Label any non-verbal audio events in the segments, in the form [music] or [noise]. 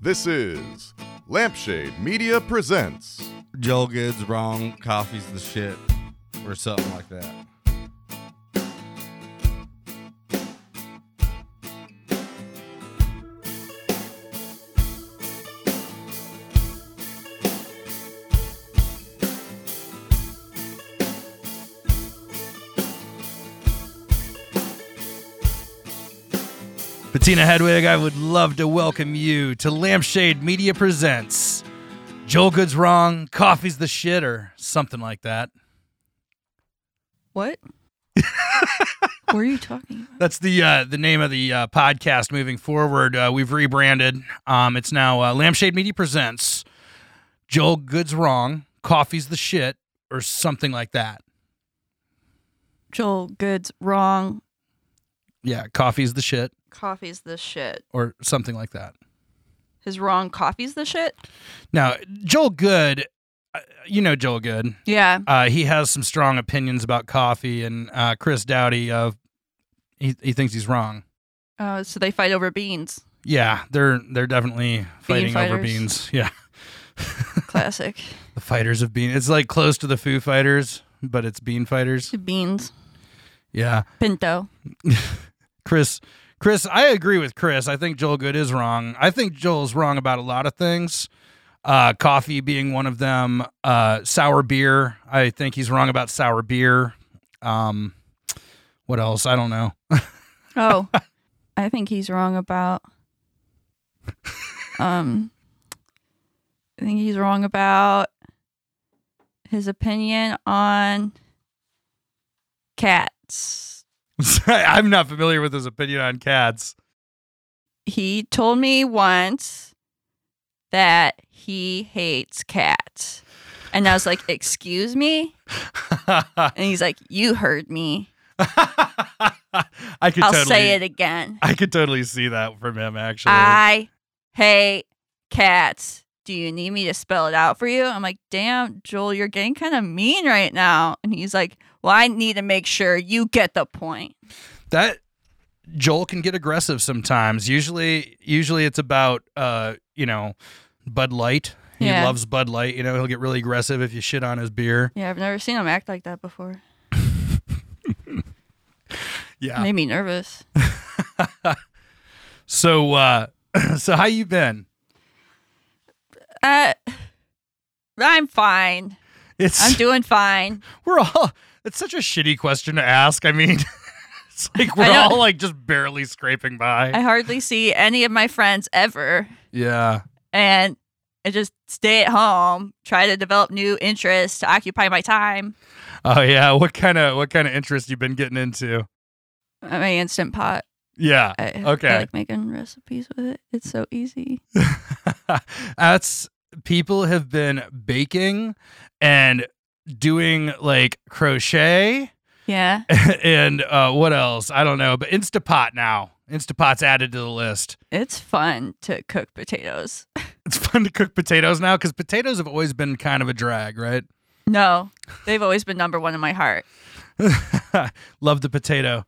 This is Lampshade Media Presents. Joel Good's wrong, coffee's the shit, or something like that. Bettina Hedwig, I would love to welcome you to Lampshade Media Presents Joel Good's Wrong, Coffee's the Shit, or something like that. [laughs] What? what are you talking about? That's the uh, the name of the uh, podcast moving forward. Uh, we've rebranded. Um, it's now uh, Lampshade Media Presents Joel Good's Wrong, Coffee's the Shit, or something like that. Joel Good's wrong. Yeah, Coffee's the Shit, Coffee's the shit. or something like that. His wrong coffee's the shit? Now, Joel Good, uh, you know Joel Good. Yeah. Uh, he has some strong opinions about coffee, and uh, Chris Dowdy uh, he he thinks he's wrong. Uh, so they fight over beans. Yeah, they're they're definitely fighting over fighters. beans. [laughs] Yeah, [laughs] Classic. the fighters of bean. It's like close to the Foo Fighters, but it's bean [laughs] fighters. beans. Yeah, Pinto. Chris. Chris, I agree with Chris. I think Joel Good is wrong. I think Joel's wrong about a lot of things. Uh, coffee being one of them. Uh, sour beer. I think he's wrong about sour beer. Um, what else? I don't know. [laughs] Oh. I think he's wrong about um I think he's wrong about his opinion on cats. [laughs] I'm not familiar with his opinion on cats. [laughs] he told me once that he hates cats. And I was like, Excuse me? And he's like, You heard me. I could I'll totally, say it again. I could totally see that from him actually. I hate cats. Do you need me to spell it out for you? I'm like, Damn, Joel, you're getting kind of mean right now. And he's like, Well, I need to make sure you get the point. that Joel can get aggressive sometimes. Usually usually it's about uh, you know, Bud Light. He Yeah. loves Bud Light, you know, he'll get really aggressive if you shit on his beer. Yeah, I've never seen him act like that before. Yeah. Made me nervous. So uh [laughs] so how you been? Uh, I'm fine. It's [laughs] I'm doing fine. we're all it's such a shitty question to ask. I mean, [laughs] it's like I we're know. all like just barely scraping by. I hardly see any of my friends ever. yeah. And I just stay at home, try to develop new interests to occupy my time. Oh yeah, what kind of what kind of interest you been getting into? Uh, My instant pot. Yeah, [laughs] I, Okay. I like making recipes with it. It's so easy. that's people have been baking and doing like crochet [laughs] Yeah. and uh, what else? I don't know, but Instapot now. Instapot's added to the list. [laughs] It's fun to cook potatoes. It's fun to cook potatoes now because potatoes have always been kind of a drag, right? [laughs] No, they've always been number one in my heart. Love the potato.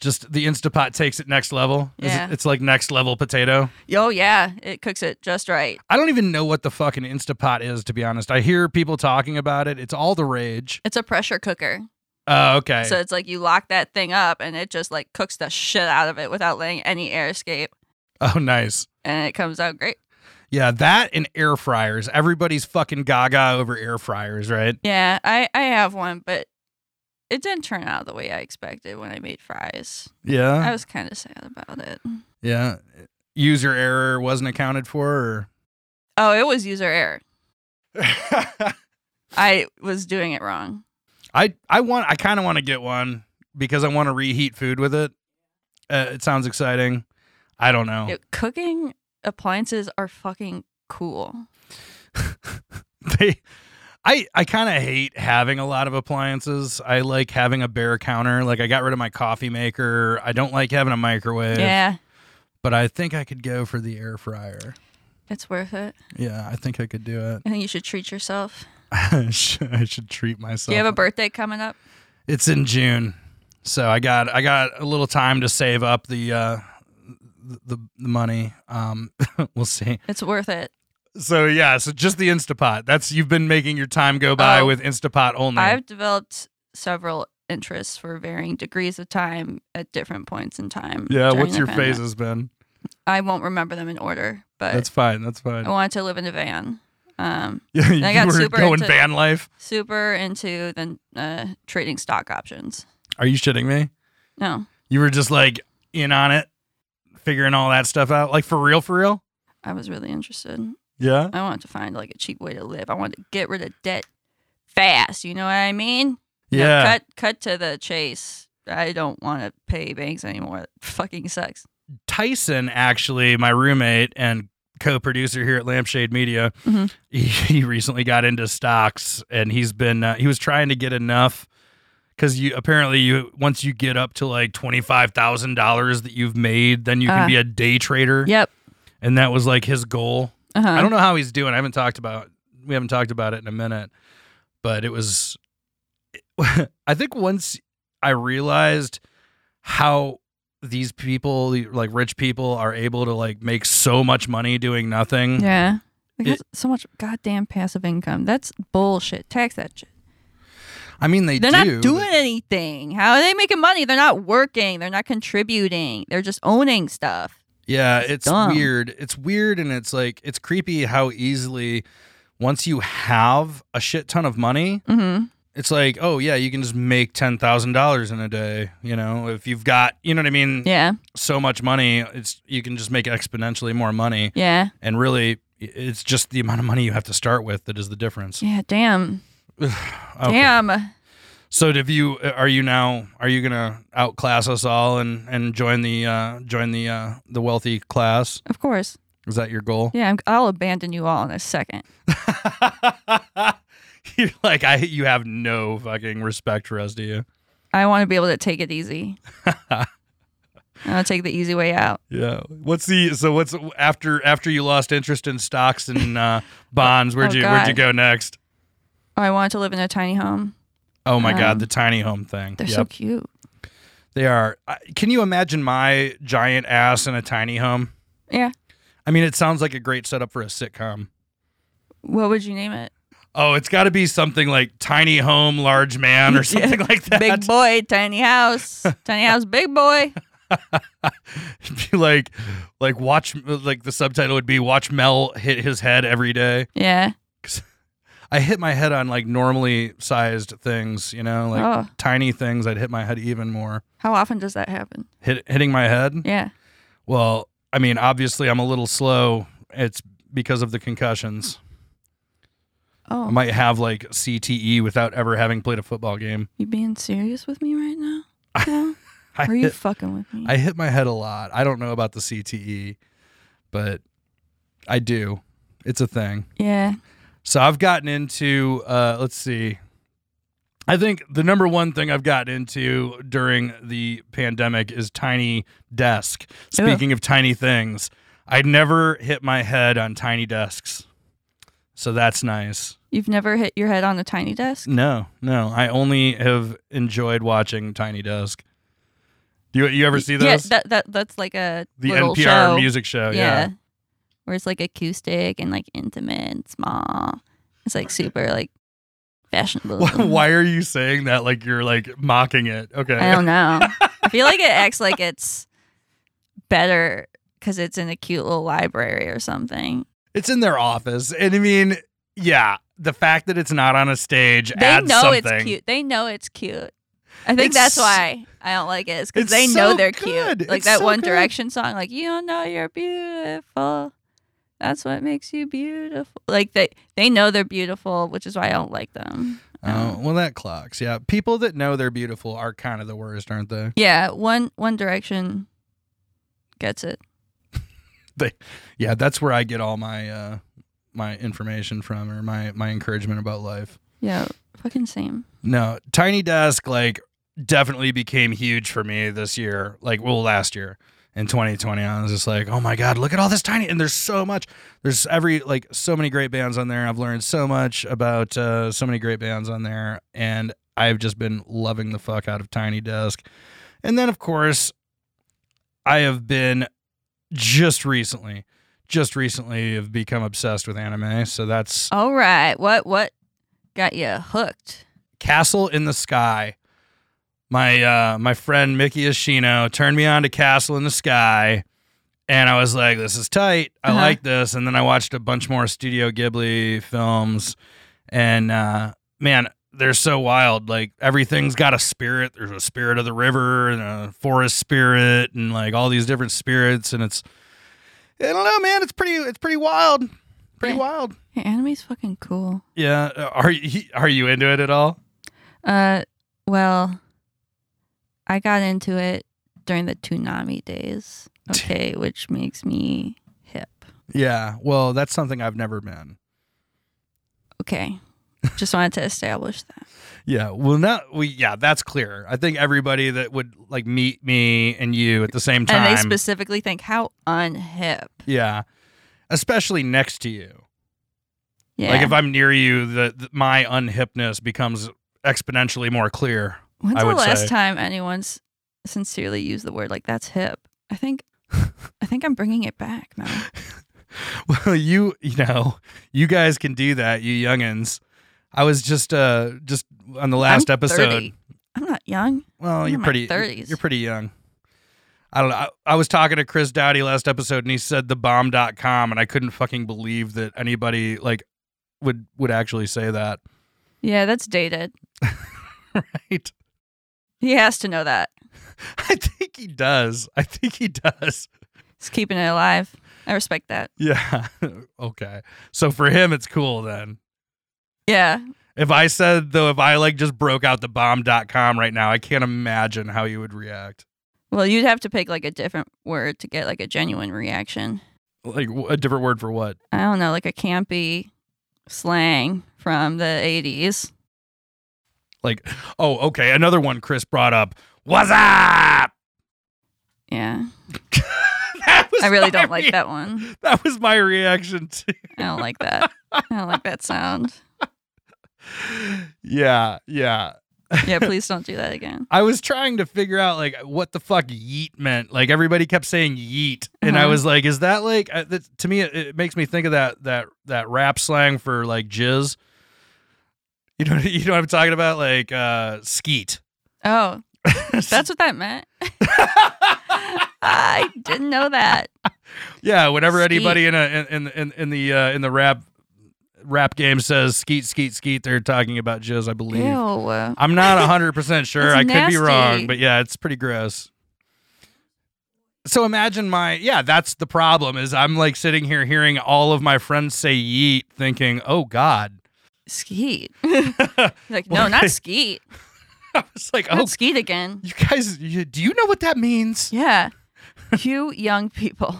Just the Instapot takes it next level. Is it- Yeah. It's like next level potato. Oh, yeah. It cooks it just right. I don't even know what the fucking Instapot is, to be honest. I hear people talking about it. It's all the rage. It's a pressure cooker. Oh, okay. So it's like you lock that thing up and it just like cooks the shit out of it without letting any air escape. oh, nice. And it comes out great. Yeah, that and air fryers. Everybody's fucking gaga over air fryers, right? Yeah, I I have one, but it didn't turn out the way I expected when I made fries. I Yeah. was kind of sad about it. Yeah. User error wasn't accounted [laughs] for Oh, it was user error. or I was doing it wrong. I I want I kind of want to get one because I want to reheat food with it. Uh, it sounds exciting. I don't know. It- cooking appliances are fucking cool. [laughs] they I I kind of hate having a lot of appliances. I like having a bare counter. Like I got rid of my coffee maker. I don't like having a microwave. Yeah, But I think I could go for the air fryer. it's worth it. Yeah, I think I could do it. [laughs] I think you should treat yourself. I should I should treat myself. Do you have a birthday coming up? it's in June, so I got I got a little time to save up the uh, the, the money. Um, [laughs] we'll see. It's worth it. So yeah, so just the Instapot. That's you've been making your time go by Oh. with Instapot only. I've developed several interests for varying degrees of time at different points in time. yeah, during what's the your pandemic. phases been? I won't remember them in order, but That's fine. That's I fine. wanted to live in a van. Um, Yeah, [laughs] you I got were super going into- van life. super into the uh, trading stock options. Are you shitting me? No, You were just like in on it, figuring all that stuff out, like for real, for real. I was really interested. Yeah. I wanted to find like a cheap way to live. I wanted to get rid of debt fast. You know what I mean? You know, Yeah. cut cut to the chase. I don't want to pay banks anymore. It fucking sucks. Tyson, actually, my roommate and co-producer here at Lampshade Media, Mhm. he, [laughs] he recently got into stocks, and he's been uh, he was trying to get enough because you apparently you once you get up to like twenty five thousand dollars that you've made, then you can Ah. be a day trader, Yep. and that was like his goal. Uh-huh. I don't know how he's doing. I haven't talked about we haven't talked about it in a minute, but it was. [laughs] I think once I realized how these people, like rich people, are able to like make so much money doing nothing. Yeah. Because so much goddamn passive income. That's bullshit. Tax that shit. I mean, they They're do, not but- doing anything. How are they making money? They're not working. They're not contributing. They're just owning stuff. Yeah, it's, It's dumb. weird. It's weird and it's like it's creepy how easily once you have a shit ton of money, Mm-hmm. it's like, oh yeah, you can just make ten thousand dollars in a day. You know, if you've got, you know what I mean. Yeah. so much money it's you can just make exponentially more money Yeah. and really it's just the amount of money you have to start with that is the difference Yeah. Damn. Okay. Damn. so have you are you now are you gonna outclass us all and and join the uh join the uh the wealthy class Of course. is that your goal Yeah. I'm, I'll abandon you all in a second. [laughs] you're like i you have no fucking respect for us do you I want to be able to take [laughs] it easy. I'll take the easy way out. yeah what's the so what's after after you lost interest in stocks and uh bonds where'd [laughs] Oh, you where'd you go God. next Oh, I want to live in a tiny home. oh my Um, god the tiny home thing They're Yep. so cute. They are. I- Can you imagine my giant ass in a tiny home? Yeah. I mean, it sounds like a great setup for a sitcom. What would you name it? Oh, it's got to be something like Tiny Home, Large Man, [laughs] [laughs] or something like that. Big boy, tiny [laughs] house, tiny house, big boy. It'd [laughs] be like, like watch, like the subtitle would be "Watch Mel hit his head every day." Yeah. I hit my head on like normally sized things, you know, like oh, tiny things. I'd hit my head even more. how often does that happen? Hit hitting my head. Yeah. Well, I mean, obviously, I'm a little slow. It's because of the concussions. Oh, I might have like CTE without ever having played a football game. you being serious with me right now? No? [laughs] I Are you hit, fucking with me? I hit my head a lot. I don't know about the CTE, but I do. It's a thing. yeah. So I've gotten into uh let's see. I think the number one thing I've gotten into during the pandemic is tiny desk. Speaking of tiny things, I never hit my head on tiny desks. So that's nice. You've never hit your head on a tiny desk? No, no. I only have enjoyed watching Tiny Desk. Do you, you ever see those? Yeah, that, that, that's like a the little NPR show. music show. yeah. Oh, Yeah. Where it's like acoustic and like intimate and small. It's like super like [laughs] fashionable. Why Why are you saying that like you're like mocking it? Okay. I don't know. I feel like it acts like it's better because it's in a cute little library or something. It's in their office. And I mean, yeah, the fact that it's not on a stage They adds know something. it's cute. They know it's cute. I think It's- that's why I don't like it. Is because it's they know so they're good. cute. Like It's that so One good. Direction song, like you don't know you're beautiful. That's what makes you beautiful. Like they they know they're beautiful, which is why I don't like them. Um, Oh, well, that clocks. Yeah. People that know they're beautiful are kind of the worst, aren't they? Yeah, one One Direction gets it. Yeah. That's where I get all my, uh, my information from or my, my encouragement about life. Yeah, fucking same. No, Tiny Desk like definitely became huge for me this year. Like, well, last year in 2020, I was just like, oh my god, look at all this tiny. And there's so much. There's every like so many great bands on there. I've learned so much about uh, so many great bands on there, and I've just been loving the fuck out of Tiny Desk. And then of course, I have been just recently, just recently have become obsessed with anime. So that's All right. What what got you hooked? Castle in the Sky. My uh, my friend Mickey Ishino turned me on to Castle in the Sky, and I was like, "This is tight. I Uh-huh. like this." And then I watched a bunch more Studio Ghibli films, and uh, man, they're so wild. Like everything's got a spirit. There's a spirit of the river and a forest spirit, and like all these different spirits. And it's I don't know, man. It's pretty. It's pretty wild. Pretty Yeah. wild. Hey, anime's fucking cool. Yeah. Uh, Are you are you into it at all? Uh well, I got into it during the tsunami days. [laughs] Okay, which makes me hip. Yeah. Well, that's something I've never been. Okay. Just wanted to [laughs] establish that. Yeah. Well, not we. Yeah, that's clear. I think everybody that would like meet me and you at the same time. And they specifically think how unhip. yeah. Especially next to you. Yeah. Like if I'm near you, the, the my unhipness becomes exponentially more clear. [laughs] When's I the would last say- time anyone's sincerely used the word like that's hip? [laughs] I think I think I'm bringing it back now. Well, you you know, you guys can do that, you youngins. I was just uh just on the last I'm episode. 30. I'm not young. Well, I'm you're in my pretty 30s. You're pretty young. I don't know. I, I was talking to Chris Dowdy last episode and he said the bomb.com and I couldn't fucking believe that anybody like would would actually say [laughs] that. Yeah, that's dated. Right. He has to know that. [laughs] I think he does. I think he does. [laughs] He's keeping it alive. I respect that. Yeah. okay. So for him it's cool then. Yeah. If I said though if I like just broke out the bomb.com right now, I can't imagine how you would react. Well, you'd have to pick like a different word to get like a genuine reaction. Like w- a different word for what? I don't know, like a campy slang from the 80s. Like, oh, okay, another one Chris brought up. What's up? Yeah. [laughs] That was I really my don't re- like that one. That was my reaction [laughs] too. I don't like that. I don't like that sound. Yeah, yeah. Yeah, please don't do that again. I was trying to figure out like what the fuck yeet meant. Like everybody kept saying yeet, and I Uh-huh. was like, is that like uh, that, to me? It, it makes me think of that that that rap slang for like jizz. You know, [laughs] you know what I'm talking about, like uh, skeet. Oh, [laughs] that's what that meant. I didn't know that. [laughs] yeah. Whenever Skeet. anybody in a in in in the uh, in the rap rap game says skeet skeet skeet, they're talking about jizz, I believe. Ew. I'm not 100% sure. That's I could be nasty. wrong, but yeah, it's pretty gross. So imagine my yeah, that's the problem is I'm like sitting here hearing all of my friends say yeet thinking, "Oh god." [laughs] Skeet. [laughs] I Like, no, Why? not skeet. was like, "Oh, Not skeet again. you guys, you, do you know what that means?" Yeah. You young people.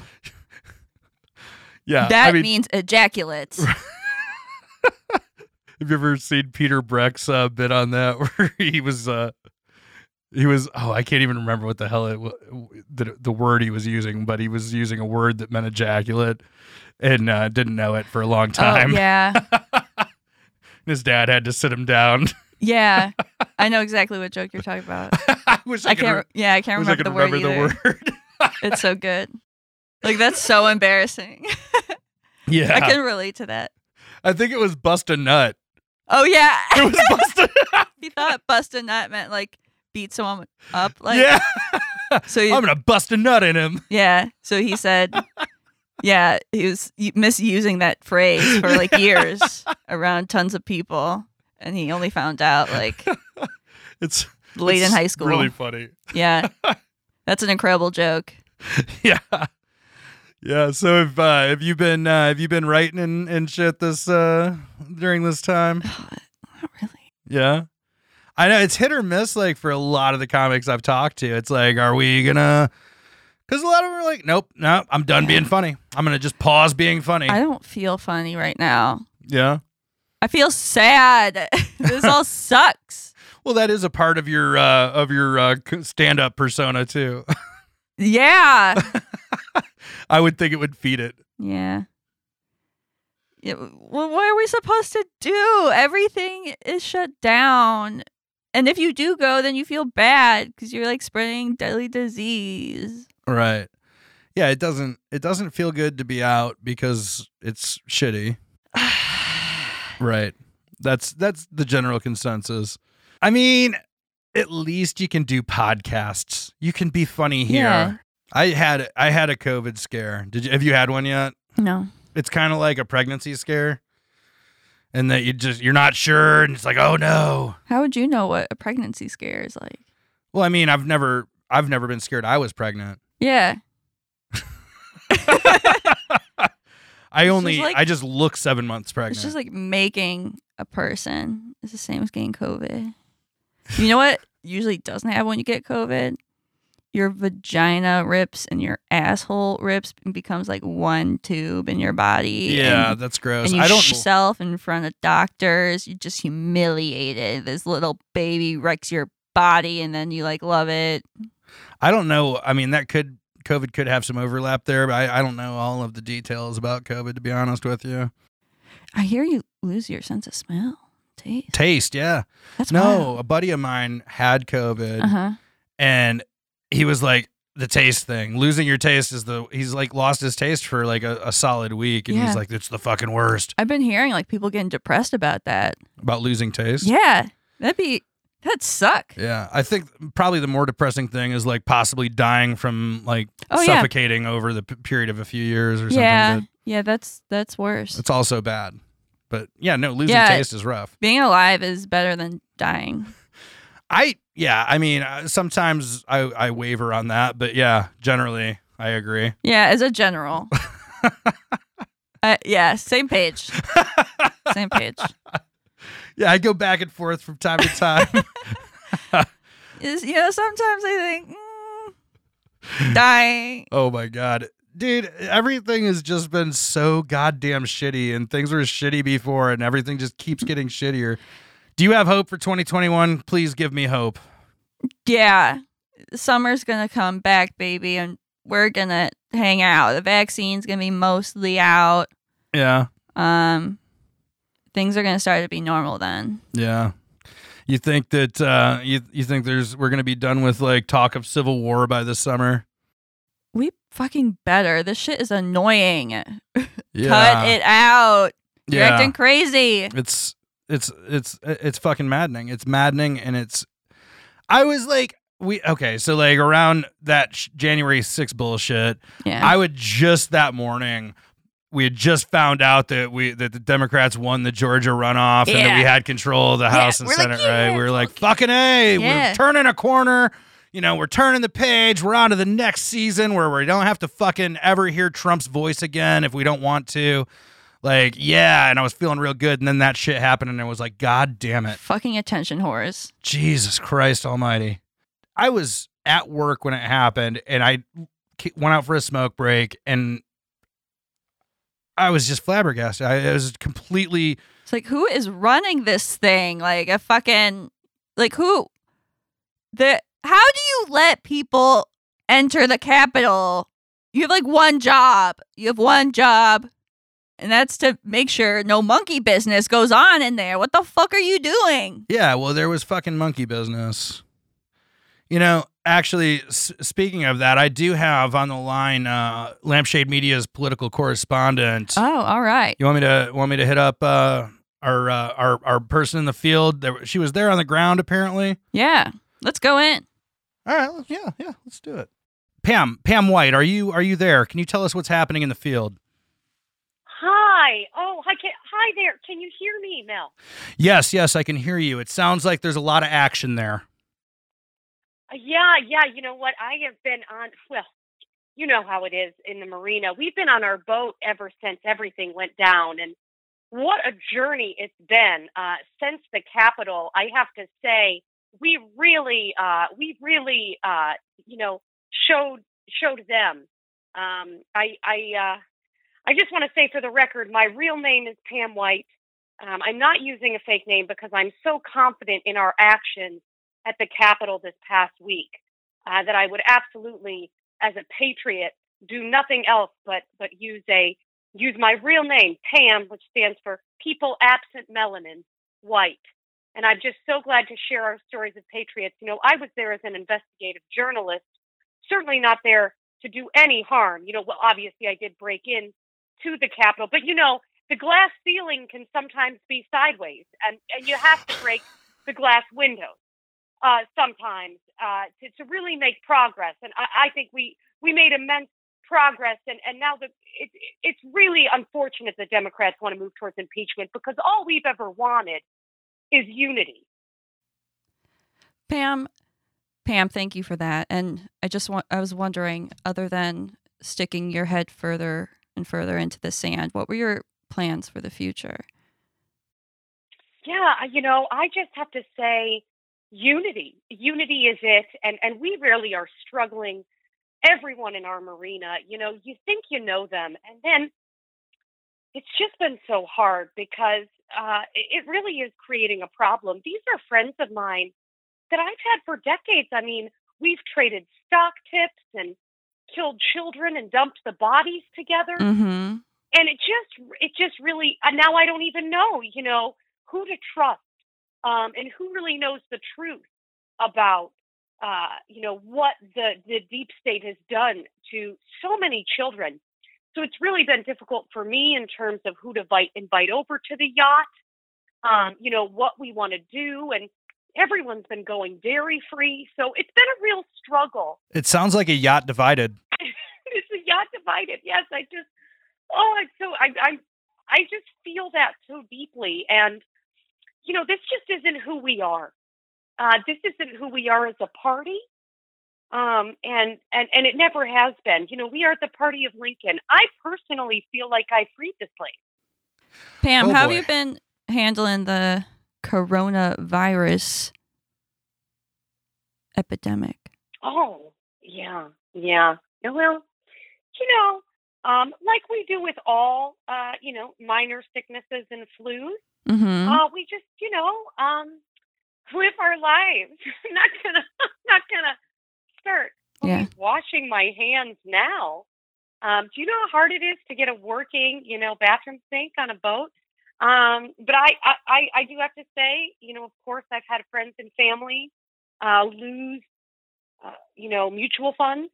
Yeah. that I mean, means ejaculate. have you ever seen Peter Breck's uh, bit on that [laughs] where he was uh he was oh, I can't even remember what the hell it wa- the, the word he was using, but he was using a word that meant ejaculate and uh, didn't know it for a long [laughs] Oh, time. yeah. And his dad had to sit him down. [laughs] Yeah. I know exactly what joke you're talking about. I wish I, I could, can't, re- yeah, I re- can't wish remember, I could the, remember word the either. [laughs] word. [laughs] It's so good. Like, that's so embarrassing. [laughs] yeah. I I, can relate to that. think it was bust a [laughs] nut. Oh, yeah. [laughs] It was bust a nut. he thought bust a nut meant like beat someone up. Like, yeah. So he, I'm going to bust a nut in him. Yeah. So [laughs] he said, yeah, he was u- misusing that phrase for like years around tons of people. And he only found [laughs] out like It's late in it's high school. Really funny. [laughs] Yeah. That's an incredible joke. Yeah. Yeah, so if uh, have you been uh, have you been writing and, and shit this uh, during this [sighs] time? Not really. Yeah. I know it's hit or miss like for a lot of the comics I've talked to. It's like, are we gonna cause a lot of them are like, Nope, no, I'm done Yeah. being funny. I'm gonna just pause being funny. I don't feel funny right now. yeah. I feel sad. [laughs] this all sucks. Well, that is a part of your uh, of your uh, stand up persona too. [laughs] Yeah. I would think it would feed it. Yeah. Yeah, w- well, what are we supposed to do? Everything is shut down. And if you do go, then you feel bad because you're like spreading deadly disease. [sighs] Right. yeah, it doesn't it doesn't feel good to be out because it's shitty. Right. That's that's the general consensus. I mean, at least you can do podcasts. You can be funny here. Yeah. I had I had a COVID scare. Did you have you had one yet? no. It's kind of like a pregnancy scare. And that you just you're not sure and it's like, "Oh no." How would you know what a pregnancy scare is like? Well, I mean, I've never I've never been scared I was pregnant. Yeah. I only like- I just look 7 months pregnant. It's just like making a person is the same as getting COVID. You know what usually doesn't happen when you get COVID? Your vagina rips and your asshole rips and becomes like one tube in your body. yeah, And, that's and gross. you I don't yourself in front of doctors. You just humiliated. This little baby wrecks your body and then you like love it. I don't know. I mean, that could COVID could have some overlap there, but I, I don't know all of the details about COVID to be honest with you. I hear you lose your sense of smell. Taste. Taste, yeah. That's No, a buddy of mine had COVID Uh huh. and he was like the taste thing. Losing your taste is the he's like lost his taste for like a, a solid week and Yeah. he's like, It's the fucking worst I've been hearing like people getting depressed about that. about losing taste. Yeah, that'd be that'd suck. Yeah, I think probably the more depressing thing is like possibly dying from like Oh, yeah. suffocating over the p- period of a few years or something. Yeah, but yeah, that's that's worse. it's also bad. But yeah, no, losing Yeah. taste is rough. Being alive is better than dying. I yeah, I mean uh, sometimes I I waver on that, but yeah, generally I agree. Yeah, as a general. [laughs] uh, yeah, [laughs] same page. Same page. Yeah, I go back and forth from time to time. [laughs] Is you know sometimes I think mm, dying. oh my god. Dude, everything has just been so goddamn shitty and things were shitty before and everything just keeps getting shittier. Do you have hope for 2021? Please give me hope. Yeah, summer's gonna come back, baby, and we're gonna hang out. The vaccine's gonna be mostly out. Yeah. Um, things are gonna start to be normal then. Yeah. You think that uh you you think there's we're going to be done with like talk of civil war by the summer? we fucking better. This shit is annoying. Cut it out. You're acting crazy. it's it's it's it's fucking maddening it's maddening and it's i was like we okay so like around that sh- january 6 bullshit Yeah. i would just that morning we had just found out that we that the democrats won the georgia runoff and that we Yeah. had control of the Yeah, house and we're like, senate yeah, right we were like fuck. fucking a Yeah. we're turning a corner you know we're turning the page we're on to the next season where we don't have to fucking ever hear trump's voice again if we don't want to like yeah and i was feeling real good and then that shit happened and i was like god damn it fucking attention whores. jesus christ almighty i was at work when it happened and i ca- went out for a smoke break and i was just flabbergasted i, I was completely It's like who is running this thing? Like a fucking like who the how do you let people enter the Capitol? You have like one job. You have one job. And that's to make sure no monkey business goes on in there. What the fuck are you doing? yeah well there was fucking monkey business you know actually s- speaking of that i do have on the line uh, lampshade media's political correspondent Oh, all right. You want me to want me to hit up uh, our uh, our our person in the field? There, she was there on the ground apparently. Yeah. Let's go in. All right, let's- yeah, yeah, let's do it. Pam, Pam White, are you are you there? Can you tell us what's happening in the field? Hi. Oh, hi. Can, hi there. Can you hear me, Mel? Yes, yes, I can hear you. It sounds like there's a lot of action there. Uh, Yeah, yeah. You know what? I have been on. Well, you know how it is in the marina. We've been on our boat ever since everything went down, and what a journey it's been uh, since the Capitol. I have to say, we really, uh, we really, uh, you know, showed showed them. Um, I, I, uh, I just want to say for the record, my real name is Pam White. Um, I'm not using a fake name because I'm so confident in our actions at the Capitol this past week uh, that I would absolutely, as a patriot, do nothing else but but use a use my real name, Pam, which stands for People Absent Melanin White. And I'm just so glad to share our stories of patriots. You know, I was there as an investigative journalist, certainly not there to do any harm. You know, well, obviously I did break in to the Capitol, but you know, the glass ceiling can sometimes be sideways, and, and you have to break the glass windows uh, sometimes uh, to, to really make progress. And I, I think we, we made immense progress, and, and now the, it, it's really unfortunate that Democrats want to move towards impeachment because all we've ever wanted is unity. Pam, Pam, thank you for that. And I just want, I was wondering, other than sticking your head further and further into the sand, what were your plans for the future? Yeah, I- you know, I just have to say unity. Unity is it. And, and we really are struggling, everyone in our marina. You know, you think you know them. And then it's just been so hard because uh, it it really is creating a problem. These are friends of mine that I've had for decades. I mean, we've traded stock tips and killed children and dumped the bodies together Mm-hmm. and it just it just really uh, now i don't even know you know who to trust um and who really knows the truth about uh you know what the the deep state has done to so many children so it's really been difficult for me in terms of who to invite invite over to the yacht um you know what we want to do and everyone's been going dairy free so it's been a real struggle It sounds like a yacht divided. [laughs] it's a yacht divided. Yes, I just oh, it's so I I I just feel that so deeply, and you know, this just isn't who we are. Uh, this isn't who we are as a party, um, and and and it never has been. You know, we are the party of Lincoln. I personally feel like I freed this place. Pam, Oh, how boy. have you been handling the coronavirus epidemic? Oh, yeah, yeah. Yeah, Well, you know, um, like we do with all, uh, you know, minor sicknesses and flus, Mm-hmm. Uh, we just, you know, um, live our lives. [laughs] I'm not gonna, I'm not gonna start Yeah. washing my hands now. Um, do you know how hard it is to get a working, you know, bathroom sink on a boat? Um, but I, I, I, I do have to say, you know, of course, I've had friends and family uh, lose, uh, you know, mutual funds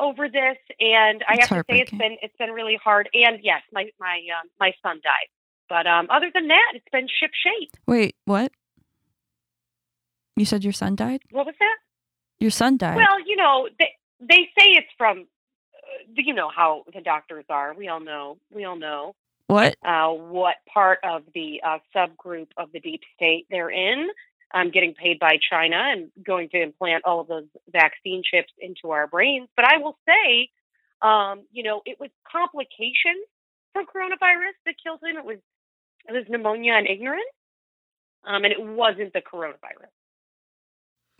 over this, and I That's have to say it's heartbreaking. been it's been really hard. And yes, my my um, my son died. But um, other than that, it's been ship shape. Wait, what? You said your son died? What was that? Your son died. Well, you know, they they say it's from, uh, you know how the doctors are. We all know. We all know what? uh, what part of the uh, subgroup of the deep state they're in. Um, getting paid by China and going to implant all of those vaccine chips into our brains. But I will say, um, you know, it was complications from coronavirus that killed him. It was it was pneumonia and ignorance, um, and it wasn't the coronavirus.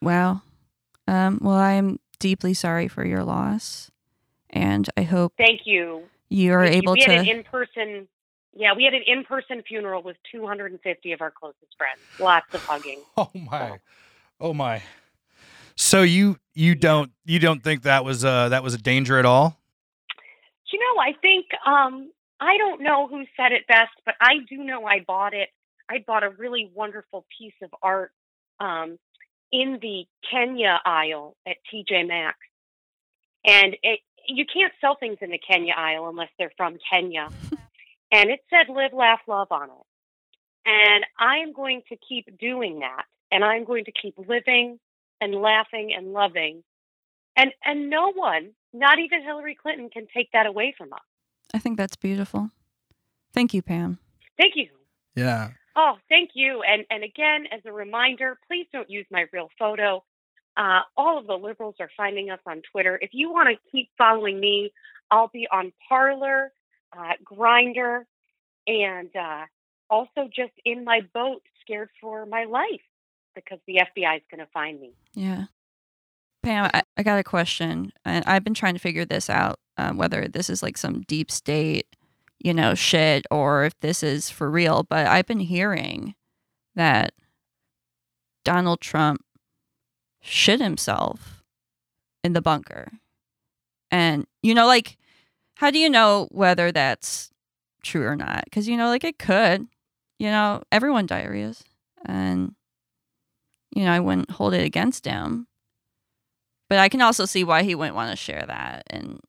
Wow. Um, well, I am deeply sorry for your loss, and I hope Thank you. you are Thank you. able we had to. an in-person. Yeah, we had an in-person funeral with 250 of our closest friends. Lots of hugging. Oh my. Oh my. So you you don't you don't think that was uh that was a danger at all? You know, I think um, I don't know who said it best, but I do know I bought it. I bought a really wonderful piece of art um, in the Kenya aisle at TJ Maxx, and it, you can't sell things in the Kenya aisle unless they're from Kenya. and it said "Live, Laugh, Love" on it, and I am going to keep doing that, and I'm going to keep living and laughing and loving, and and no one, not even Hillary Clinton, can take that away from us. I think that's beautiful. Thank you, Pam. Thank you. Yeah. Oh, thank you. And and again, as a reminder, please don't use my real photo. Uh, all of the liberals are finding us on Twitter. If you want to keep following me, I'll be on Parlor, uh, Grinder, and uh, also just in my boat, scared for my life because the FBI is going to find me. Yeah. Pam, I, I got a question, and I've been trying to figure this out um, whether this is like some deep state, you know, shit, or if this is for real. But I've been hearing that Donald Trump shit himself in the bunker. And, you know, like, how do you know whether that's true or not? Because, you know, like it could, you know, everyone diarrheas. And, you know, I wouldn't hold it against him. But I can also see why he wouldn't want to share that. And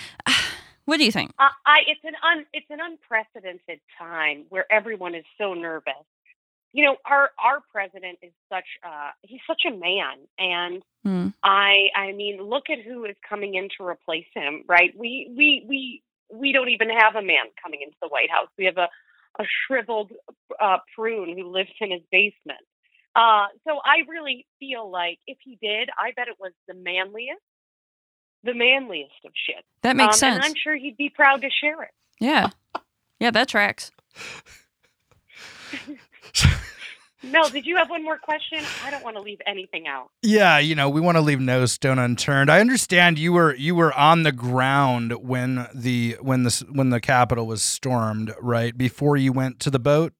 [sighs] what do you think? I, I it's an un, it's an unprecedented time where everyone is so nervous. You know, our our president is such uh he's such a man and Hmm. I I mean, look at who is coming in to replace him, right? We we we we don't even have a man coming into the White House. We have a a shriveled uh, prune who lives in his basement. Uh, so I really feel like if he did, I bet it was the manliest, the manliest of shit. That makes Um, sense. And I'm sure he'd be proud to share it. yeah. Yeah, that tracks. Mel, did you have one more question? I don't want to leave anything out. Yeah, you know, we want to leave no stone unturned. I understand you were you were on the ground when the when the when the Capitol was stormed, right? Before you went to the boat.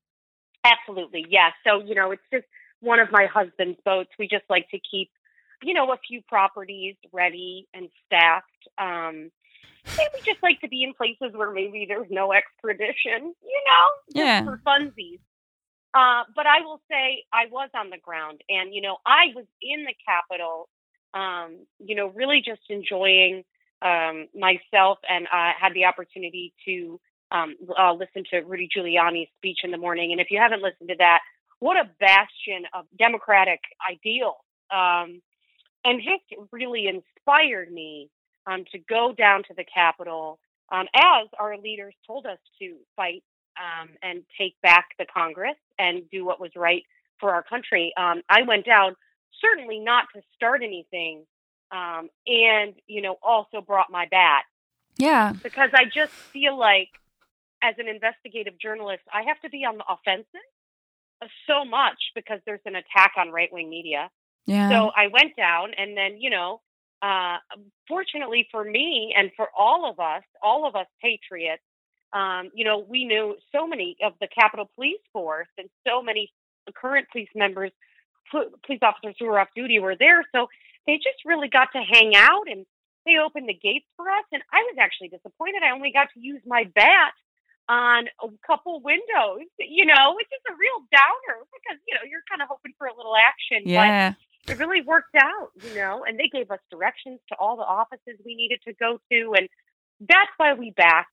Absolutely, yes. So you know, it's just one of my husband's boats. We just like to keep, you know, a few properties ready and staffed. Um, and we just like to be in places where maybe there's no extradition, you know, just Yeah. for funsies. Uh, but I will say I was on the ground, and you know, I was in the Capitol. Um, you know, really just enjoying um, myself, and I had the opportunity to um, uh, listen to Rudy Giuliani's speech in the morning. And if you haven't listened to that, what a bastion of democratic ideals. Um, and just really inspired me um, to go down to the Capitol um, as our leaders told us to fight um, and take back the Congress and do what was right for our country. Um, I went down certainly not to start anything um, and, you know, also brought my bat Yeah. because I just feel like, as an investigative journalist, I have to be on the offensive so much because there's an attack on right wing media. Yeah. So I went down, and then, you know, uh, fortunately for me and for all of us, all of us patriots, um, you know, we knew so many of the Capitol Police Force and so many current police members, pl- police officers who were off duty were there. So they just really got to hang out and they opened the gates for us. And I was actually disappointed. I only got to use my bat on a couple windows, you know, which is a real downer because, you know, you're kind of hoping for a little action. But yeah. it really worked out, you know, and they gave us directions to all the offices we needed to go to. And that's why we back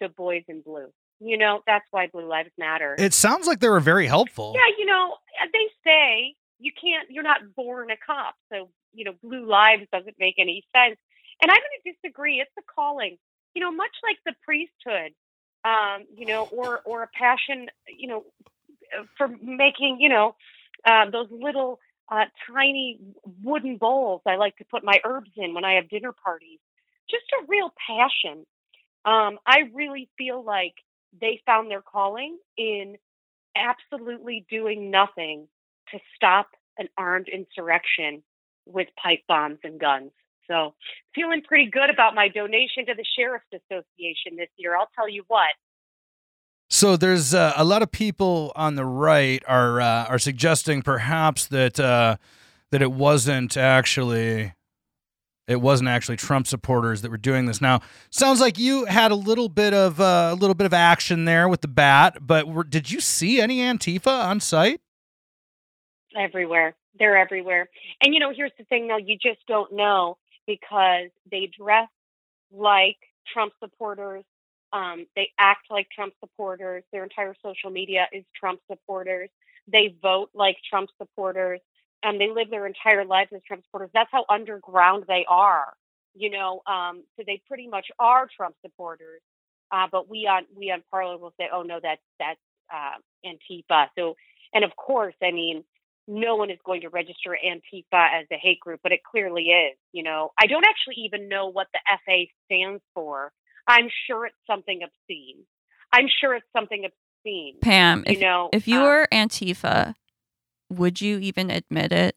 the boys in blue. You know, that's why Blue Lives Matter. It sounds like they were very helpful. yeah, you know, uh, they say you can't, you're not born a cop. So, you know, blue lives doesn't make any sense. And I'm going to disagree. It's a calling, you know, much like the priesthood, um, you know, or, or a passion, you know, uh, for making, you know, uh, those little uh, tiny wooden bowls I like to put my herbs in when I have dinner parties. Just a real passion. Um, I really feel like they found their calling in absolutely doing nothing to stop an armed insurrection with pipe bombs and guns. So, feeling pretty good about my donation to the Sheriff's Association this year. I'll tell you what. So there's uh, a lot of people on the right are uh, are suggesting perhaps that uh, that it wasn't actually it wasn't actually Trump supporters that were doing this. Now sounds like you had a little bit of uh, a little bit of action there with the bat, but were, did you see any Antifa on site? everywhere. They're everywhere. And you know, here's the thing though, you just don't know because they dress like Trump supporters. Um, they act like Trump supporters. Their entire social media is Trump supporters. They vote like Trump supporters. And they live their entire lives as Trump supporters. That's how underground they are. You know, um, so they pretty much are Trump supporters. Uh, but we on we on Parlor will say, oh no, that's that's uh, Antifa. So, and of course, I mean, no one is going to register Antifa as a hate group, but it clearly is. You know, I don't actually even know what the FA stands for. I'm sure it's something obscene. I'm sure it's something obscene. Pam, you if, know, if you um, were Antifa, would you even admit it?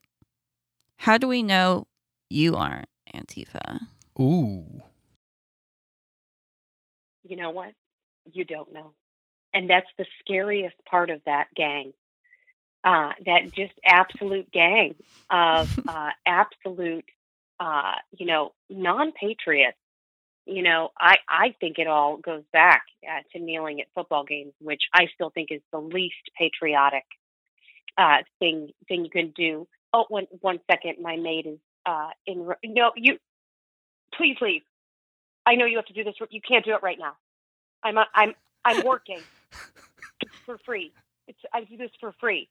How do we know you aren't Antifa? Ooh, you know what? You don't know. And that's the scariest part of that gang. Uh, that just absolute gang of uh, absolute, uh, you know, non patriots. You know, I, I think it all goes back uh, to kneeling at football games, which I still think is the least patriotic uh, thing thing you can do. Oh, one one second, my maid is uh, in Ro- no, you please leave. I know you have to do this. You can't do it right now. I'm i I'm I'm working It's for free. It's I do this for free.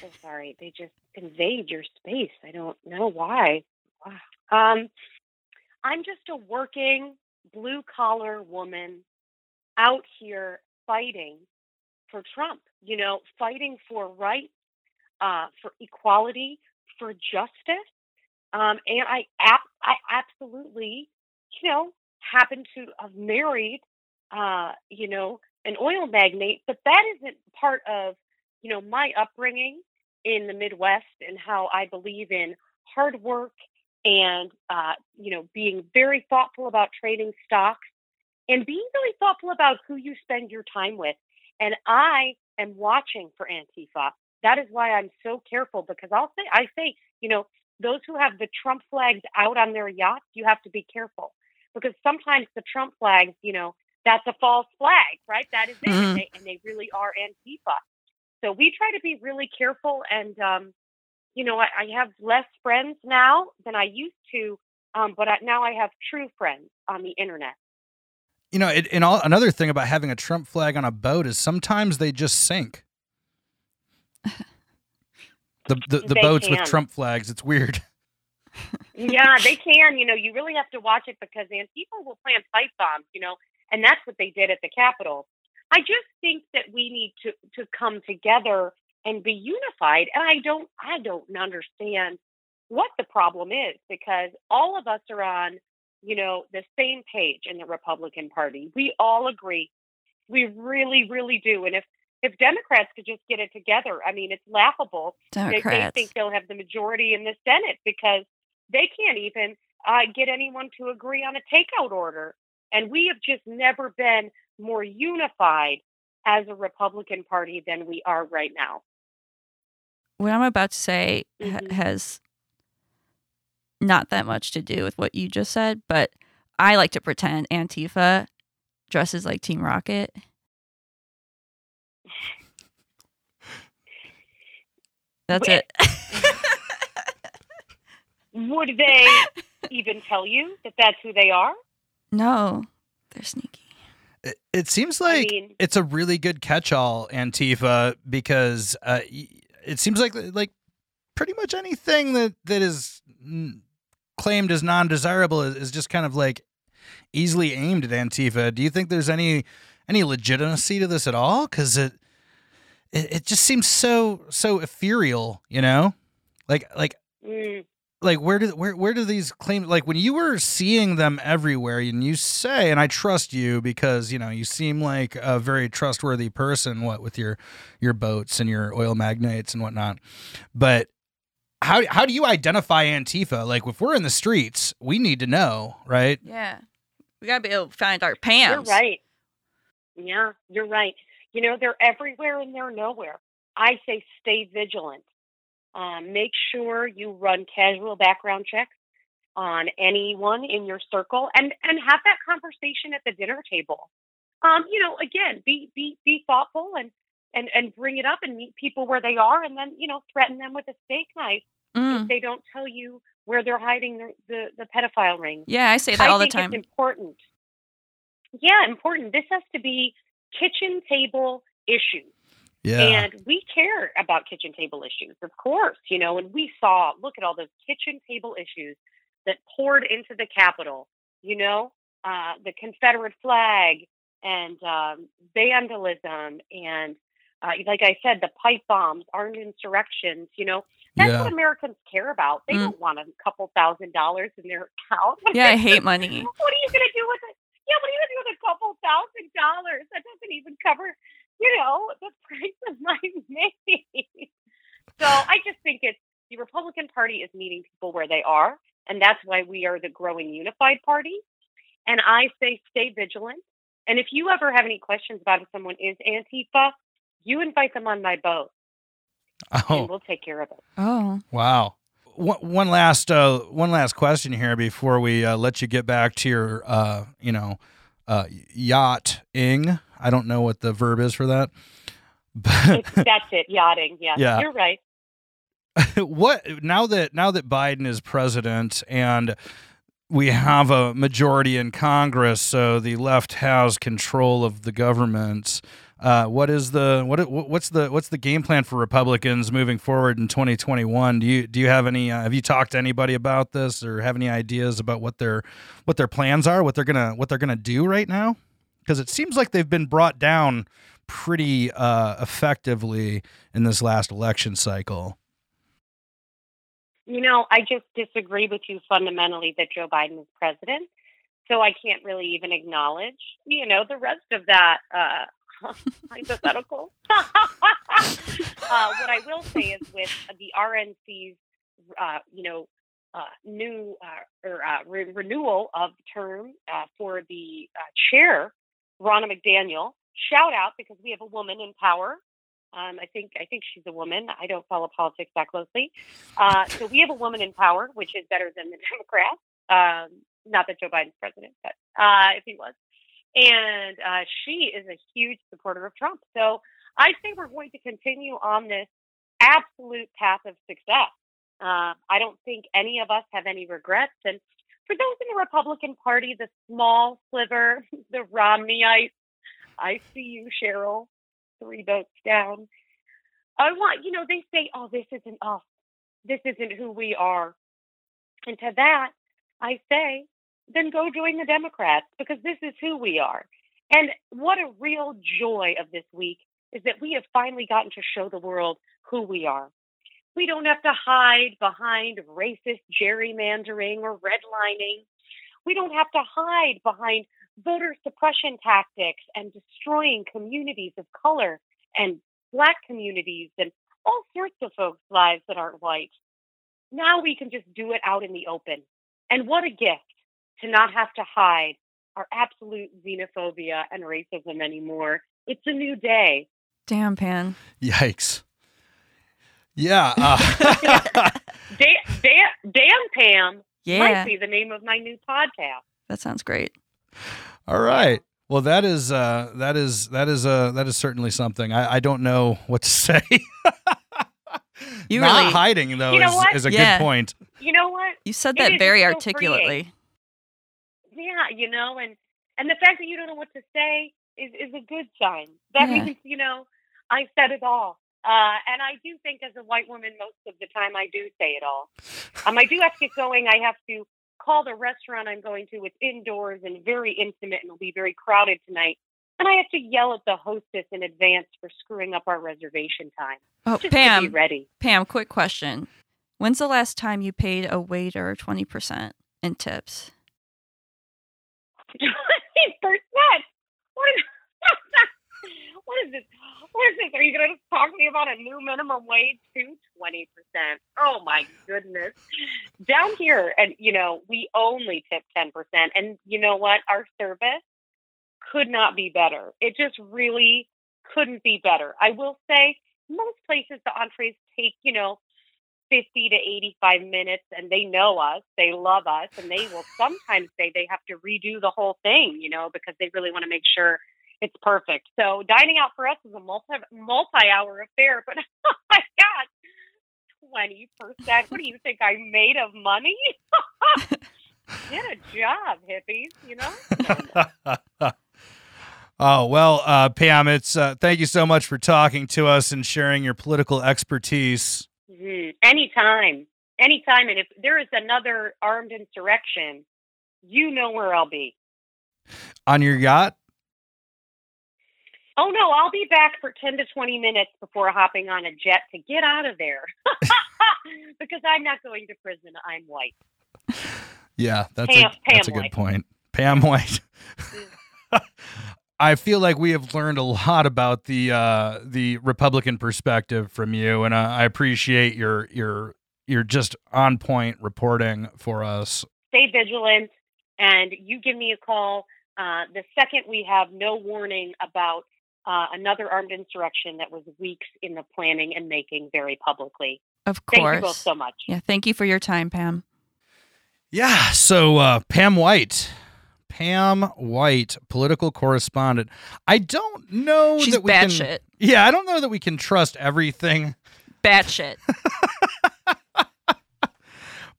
So sorry, they just invade your space. I don't know why. Wow. Um, I'm just a working blue collar woman out here fighting for Trump. You know, fighting for rights, uh, for equality, for justice. Um, and I, ab- I absolutely, you know, happen to have married, uh, you know, an oil magnate, but that isn't part of, you know, my upbringing in the Midwest and how I believe in hard work and, uh, you know, being very thoughtful about trading stocks and being really thoughtful about who you spend your time with. And I am watching for Antifa. That is why I'm so careful because I'll say, I say, you know, those who have the Trump flags out on their yachts, you have to be careful because sometimes the Trump flags, you know, that's a false flag, right? That is it. Mhm. And, they, and they really are Antifa. So we try to be really careful. And, um, you know, I, I have less friends now than I used to, um, but I, now I have true friends on the internet. You know, it, and all, another thing about having a Trump flag on a boat is sometimes they just [laughs] sink. The the, the They boats with can. Trump flags, it's weird. yeah, they can. You know, you really have to watch it because Antifa will plant pipe bombs, you know, and that's what they did at the Capitol. I just think that we need to to come together and be unified. And I don't I don't understand what the problem is because all of us are on, you know, the same page in the Republican Party. We all agree. We really, really do. And if if Democrats could just get it together, I mean, it's laughable they, they Democrats. think they'll have the majority in the Senate because they can't even uh, get anyone to agree on a takeout order. And we have just never been more unified as a Republican Party than we are right now. what I'm about to say ha- Mhm. has not that much to do with what you just said, but I like to pretend Antifa dresses like Team Rocket. That's Wait. it. Would they even tell you that that's who they are? no, they're sneaky. It, it seems like I mean, it's a really good catch-all Antifa because uh, y- it seems like like pretty much anything that that is mm, claimed as non-desirable is, is just kind of like easily aimed at Antifa. Do you think there's any any legitimacy to this at all? Because it, it it just seems so so ethereal, you know, like like mm, like where do where where do these claim like when you were seeing them everywhere and you say and I trust you because you know you seem like a very trustworthy person what with your your boats and your oil magnates and whatnot but how how do you identify Antifa like if we're in the streets we need to know right Yeah. We got to be able to find our you're pants. right. Yeah, you're right. You know, they're everywhere and they're nowhere. I say stay vigilant. Um, make sure you run casual background checks on anyone in your circle, and and have that conversation at the dinner table. Um, you know, again, be be be thoughtful and and and bring it up and meet people where they are, and then you know threaten them with a steak knife Mm. if they don't tell you where they're hiding the the, the pedophile ring. Yeah, I say that I all the think time. It's important. Yeah, important. This has to be kitchen table issues. yeah And we care about kitchen table issues, of course, you know, and we saw, look at all those kitchen table issues that poured into the Capitol, you know, uh, the Confederate flag and um, vandalism and, uh, like I said, the pipe bombs, armed insurrections, you know, that's yeah what Americans care about. They Mm. don't want a couple thousand dollars in their [laughs] account. Yeah, I hate [laughs] money. What are you going to do with it? Yeah, what are you going to do with a couple thousand dollars? That doesn't even cover, you know, the [laughs] price of my maid. so I just think it's the Republican Party is meeting people where they are, and that's why we are the growing unified party. And I say stay vigilant. And if you ever have any questions about if someone is Antifa, you invite them on my boat, [laughs] oh and we'll take care of it. Oh. Wow. One, one last uh, one last question here before we uh, let you get back to your uh, you know uh, yachting. I don't know what the verb is for that, but [laughs] It's, that's it, yachting. Yeah, Yeah. you're right. [laughs] what now that now that Biden is president and we have a majority in Congress, so the left has control of the government. Uh, what is the what what's the what's the game plan for Republicans moving forward in 2021? Do you do you have any uh, have you talked to anybody about this or have any ideas about what their what their plans are, what they're gonna what they're gonna do right now? Because it seems like they've been brought down pretty uh, effectively in this last election cycle. You know, I just disagree with you fundamentally that Joe Biden is president. So I can't really even acknowledge, you know, the rest of that uh, [laughs] hypothetical. [laughs] uh, what I will say is with uh, the RNC's, uh, you know, uh, new uh, or re- renewal of the term uh, for the chair, Ronna McDaniel. Shout out because we have a woman in power um, I think I think she's a woman. I don't follow politics that closely. Uh, so we have a woman in power, which is better than the [laughs] Democrats. Um, not that Joe Biden's president, but uh, if he was, and uh, she is a huge supporter of Trump. So I think we're going to continue on this absolute path of success. Um, I don't think any of us have any regrets. And for those in the Republican Party, the small sliver, [laughs] the Romneyites, I see you, Cheryl three votes down. I want, you know, they say, oh, this isn't us. This isn't who we are. And to that, I say, then go join the Democrats because this is who we are. And what a real joy of this week is that we have finally gotten to show the world who we are. We don't have to hide behind racist gerrymandering or redlining. We don't have to hide behind voter suppression tactics and destroying communities of color and black communities and all sorts of folks' lives that aren't white. Now we can just do it out in the open. And what a gift to not have to hide our absolute xenophobia and racism anymore. It's a new day. [laughs] Damn, Pan. Yikes. Yeah. Uh. [laughs] damn, damn, damn, Pam Yeah. might be the name of my new podcast. That sounds great. All right. Well, that is uh, that is that is uh, that is certainly something. I, I don't know what to [laughs] say. You Not really- hiding though You know is- what? is, a Yeah. good point. [laughs] You know what? You said It that is, very it's so articulately. yeah, you know, and and the fact that you don't know what to say is is a good sign. That Yeah. means you know I said it all, uh, and I do think as a white woman, most of the time I do say it all. Um, I do have to get going. I have to call the restaurant I'm going to. It's indoors and very intimate, and it'll be very crowded tonight. And I have to yell at the hostess in advance for screwing up our reservation time. Oh, Just to be Pam. ready. Pam, quick question. When's the last time you paid a waiter 20% in tips? Twenty percent. What is what is this? What is this? Are you going to talk to me about a new minimum wage too? Twenty percent. Oh my goodness. Down here, and you know, we only tip ten percent, and you know what? Our service could not be better. It just really couldn't be better. I will say, most places the entrees take you know 50 to 85 minutes and they know us, they love us, and they will sometimes say they have to redo the whole thing, you know, because they really want to make sure it's perfect. So dining out for us is a multi multi hour affair, [laughs] but oh my God, 20%. What do you think I made of money? [laughs] Get a job, hippies, you know? Oh well, uh, Pam. It's uh, thank you so much for talking to us and sharing your political expertise. Mhm. Anytime. Anytime. And if there is another armed insurrection, you know where I'll be. On your yacht, Oh no, I'll be back for 10 to 20 minutes before hopping on a jet to get out of there. [laughs] because I'm not going to prison. I'm white. yeah, that's Pam- a, that's a Pam good White. point. Pam White. [laughs] I feel like we have learned a lot about the uh, the Republican perspective from you, and I, I appreciate your your your just on point reporting for us. Stay vigilant and you give me a call uh, the second we have no warning about uh, another armed insurrection that was weeks in the planning and making very publicly. Of Thank course. you both so much. yeah, thank you for your time, Pam. Yeah. So uh, Pam White, Pam White, political correspondent. I don't know She's Oh, that we can. batshit. [laughs] Yeah, I don't know that we can trust everything Batshit.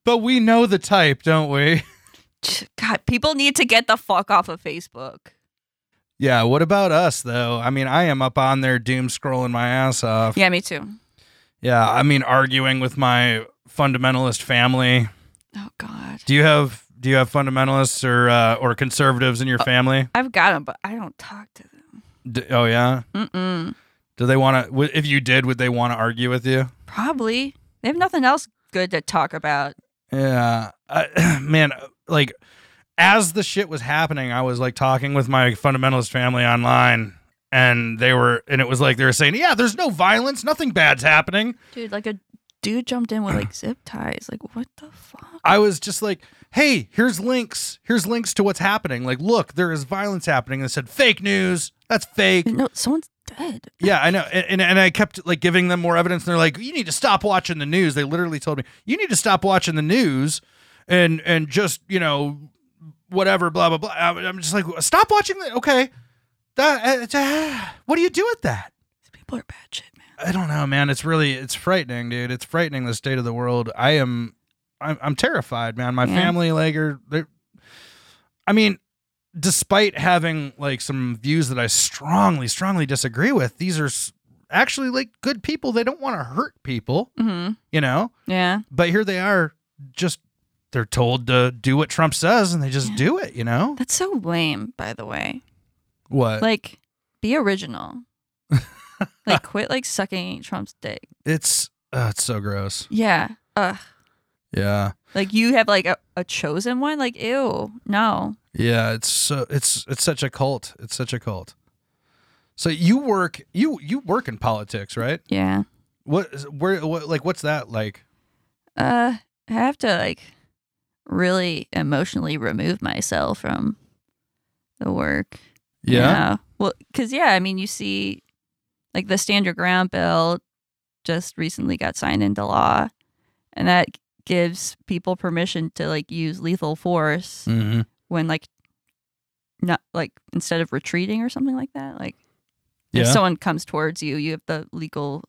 But we know the type, don't we? God, people need to get the fuck off of Facebook. Yeah, what about us though? I mean, I am up on there doom scrolling my ass off. Yeah, me too. Yeah, I mean arguing with my fundamentalist family. Oh God, Do you have do you have fundamentalists or uh, or conservatives in your family? I've got them, but I don't talk to them. D- oh yeah. Mm-mm. Do they want to if you did would they want to argue with you? Probably they have nothing else good to talk about. Yeah. I, [clears throat] man, like as the shit was happening, I was like talking with my fundamentalist family online and they were and it was like they were saying, "Yeah, there's no violence, nothing bad's happening." Dude, like a dude jumped in with [clears throat] like zip ties. Like what the fuck? I was just like, hey, here's links. Here's links to what's happening. Like, look, there is violence happening. And it said fake news. That's [laughs] fake. No, someone's dead. Yeah, I know. And, and and I kept like giving them more evidence. And they're like, you need to stop watching the news. They literally told me, you need to stop watching the news and and just, you know, whatever, blah, blah, blah. I- I'm just like, stop watching the okay. That uh, [sighs] what do you do with that? These people are bad shit, man. I don't know, man. It's really it's frightening, dude. It's frightening the state of the world. I am I'm, I'm terrified, man. My Yeah. family like are they're I mean, despite having like some views that I strongly strongly disagree with, these are s- actually like good people. They don't want to hurt people, Mm-hmm. you know? Yeah. But here they are just they're told to do what Trump says and they just Yeah. do it, you know? That's so lame, by the way. What? Like, be original. like, quit like sucking Trump's dick. it's uh, it's so gross. Yeah. Ugh. Yeah. Like you have like a, a chosen one. Like, ew. No. Yeah, it's so it's it's such a cult. It's such a cult. So you work you you work in politics, right? Yeah. What is- where what like what's that like? Uh, I have to like really emotionally remove myself from the work. you know? Well, because yeah, I mean, you see, like the Stand Your Ground bill just recently got signed into law, and that gives people permission to like use lethal force Mm-hmm. when like not like instead of retreating or something like that. Like if Yeah. someone comes towards you, you have the legal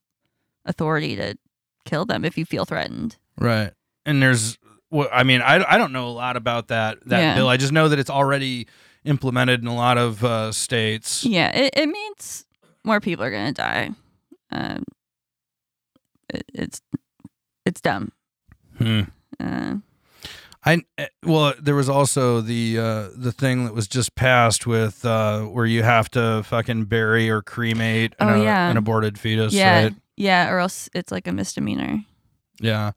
authority to kill them if you feel threatened. right. And there's well, I mean, I I don't know a lot about that that Yeah. bill. I just know that it's already implemented in a lot of uh, states. Yeah, it, it means more people are gonna die. Um, it, it's it's dumb. Hmm. Uh, I eh, well, there was also the uh, the thing that was just passed with uh, where you have to fucking bury or cremate an, Oh, uh, yeah. an aborted fetus, yeah, right? yeah, or else it's like a misdemeanor. Yeah.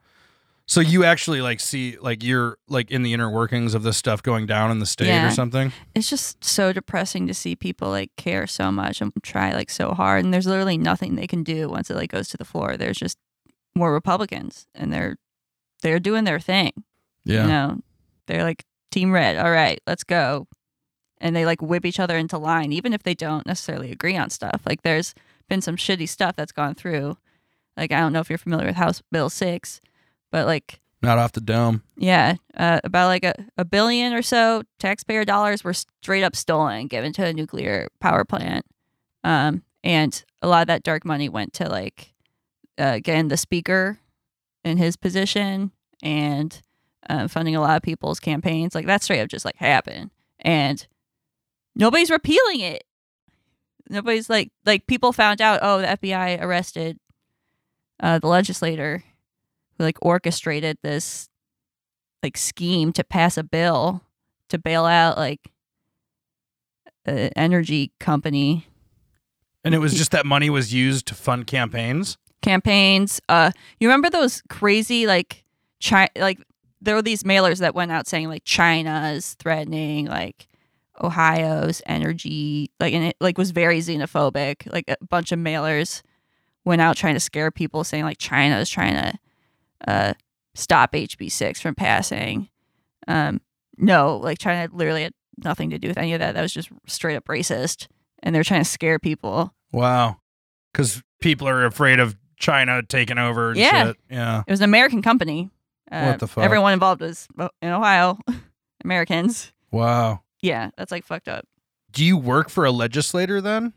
So you actually like see like you're like in the inner workings of this stuff going down in the state Yeah. or something. It's just so depressing to see people like care so much and try like so hard, and there's literally nothing they can do once it like goes to the floor. There's just more Republicans, and they're they're doing their thing. You know, they're like Team Red. All right, let's go. And they like whip each other into line, even if they don't necessarily agree on stuff. Like there's been some shitty stuff that's gone through. Like I don't know if you're familiar with House Bill Six, but like Not off the dome. yeah, uh, about like a, a billion or so taxpayer dollars were straight up stolen, given to a nuclear power plant. Um, and a lot of that dark money went to like uh, getting the speaker in his position and uh, funding a lot of people's campaigns. Like that straight up just like happened, and nobody's repealing it. Nobody's like like people found out. Oh, the FBI arrested uh, the legislator who like orchestrated this like scheme to pass a bill to bail out like an energy company And [laughs] it was just that money was used to fund campaigns. campaigns. Uh, you remember those crazy like China? Like there were these mailers that went out saying like China's threatening like Ohio's energy, like and it like was very xenophobic. Like a bunch of mailers went out trying to scare people, saying like China is trying to uh, stop HB six from passing. Um, no, like China literally had nothing to do with any of that. That was just straight up racist, and they're trying to scare people. Wow. Cuz people are afraid of China taking over and Yeah. shit. Yeah. It was an American company. Uh, What the fuck? Everyone involved was uh, in Ohio, [laughs] Americans. Wow. Yeah, that's like fucked up. Do you work for a legislator then?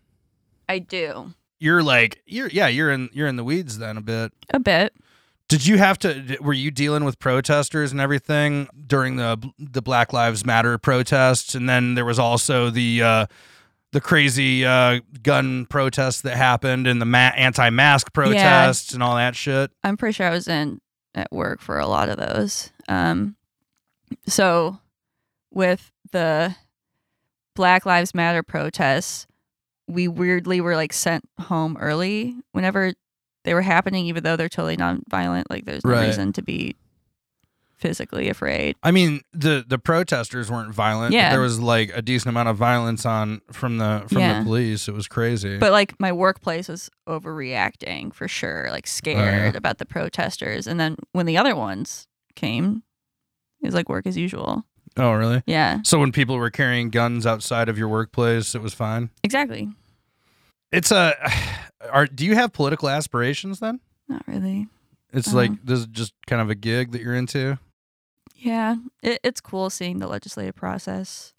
I do You're like you're yeah, you're in you're in the weeds then a bit. a bit. Did you have to? d- Were you dealing with protesters and everything during the the Black Lives Matter protests, and then there was also the uh, the crazy uh, gun protests that happened, and the ma- anti-mask protests and all that shit. I'm pretty sure I was in at work for a lot of those. Um, so with the Black Lives Matter protests, we weirdly were like sent home early whenever they were happening, even though they're totally nonviolent. Like there's no Right. reason to be physically afraid. I mean, the the protesters weren't violent. Yeah. but there was like a decent amount of violence on from the from Yeah. the police. It was crazy. But like my workplace was overreacting for sure, like scared about the protesters. And then when the other ones came, it was like work as usual. oh, really? Yeah, So when people were carrying guns outside of your workplace, it was fine. exactly. It's a. [sighs] Are do you have political aspirations then? Not really. It's Uh-huh. like this is just kind of a gig that you're into. Yeah, it, it's cool seeing the legislative process,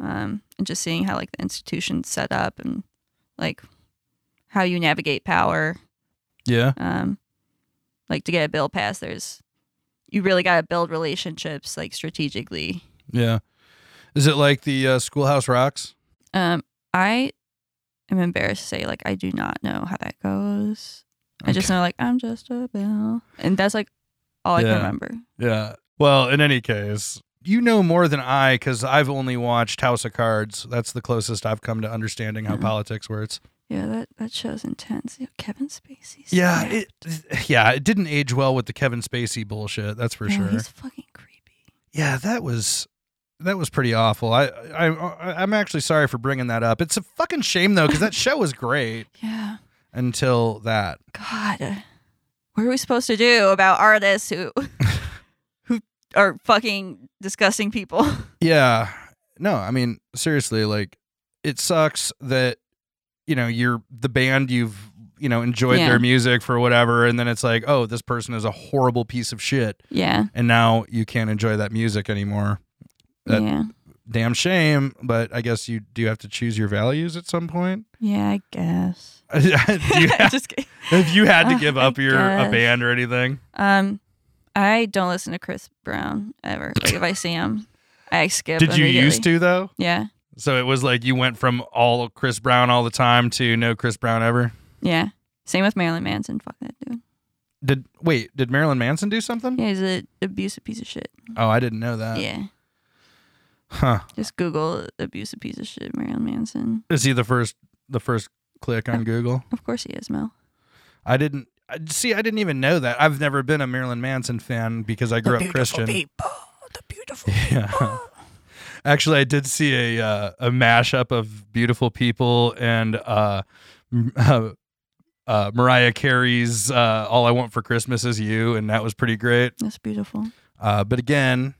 um, and just seeing how like the institution's set up and like how you navigate power. Yeah. Um, like to get a bill passed, there's you really got to build relationships like strategically. Yeah. Is it like the uh, Schoolhouse Rocks? Um, I am embarrassed to say like I do not know how that goes. I just know like I'm just a bill, and that's like all I Yeah. can remember. Yeah. Well, in any case, you know more than I because I've only watched House of Cards. That's the closest I've come to understanding how Mhm. politics works. Yeah, that that show's intense. Yeah, Kevin Spacey's Yeah. back. It, yeah. It didn't age well with the Kevin Spacey bullshit. That's for Yeah, sure. He's fucking creepy. Yeah, that was that was pretty awful. I I, I I'm actually sorry for bringing that up. It's a fucking shame though because that show was great Yeah. until that. God. What are we supposed to do about artists [laughs] who who are fucking [laughs] disgusting people? Yeah. No, I mean seriously, like it sucks that you know you're the band you've you know enjoyed Yeah. their music for whatever, and then it's like, oh, this person is a horrible piece of shit, Yeah. and now you can't enjoy that music anymore. That- yeah. Damn shame, but I guess you do have to choose your values at some point. [laughs] Yeah, I guess. do you have, [laughs] Just oh kidding. have you had to give I up your a guess. band or anything? Um I don't listen to Chris Brown ever. Like if I see him, I skip. Did you used immediately. to though? Yeah. So it was like you went from all Chris Brown all the time to no Chris Brown ever. Yeah. Same with Marilyn Manson. Fuck that dude. Did wait? Did Marilyn Manson do something? Yeah, he's an abusive piece of shit. Oh, I didn't know that. yeah. Huh? Just Google abusive piece of shit Marilyn Manson. Is he the first? The first click on Google? Of course he is, Mel. I didn't I- see. I didn't even know that. I've never been a Marilyn Manson fan because I grew up Christian. people. The beautiful [laughs] Yeah. Actually, I did see a uh, a mashup of "Beautiful People" and uh, m- [laughs] uh, uh, Mariah Carey's uh, "All I Want for Christmas Is You," and that was pretty great. That's beautiful. Uh, but again,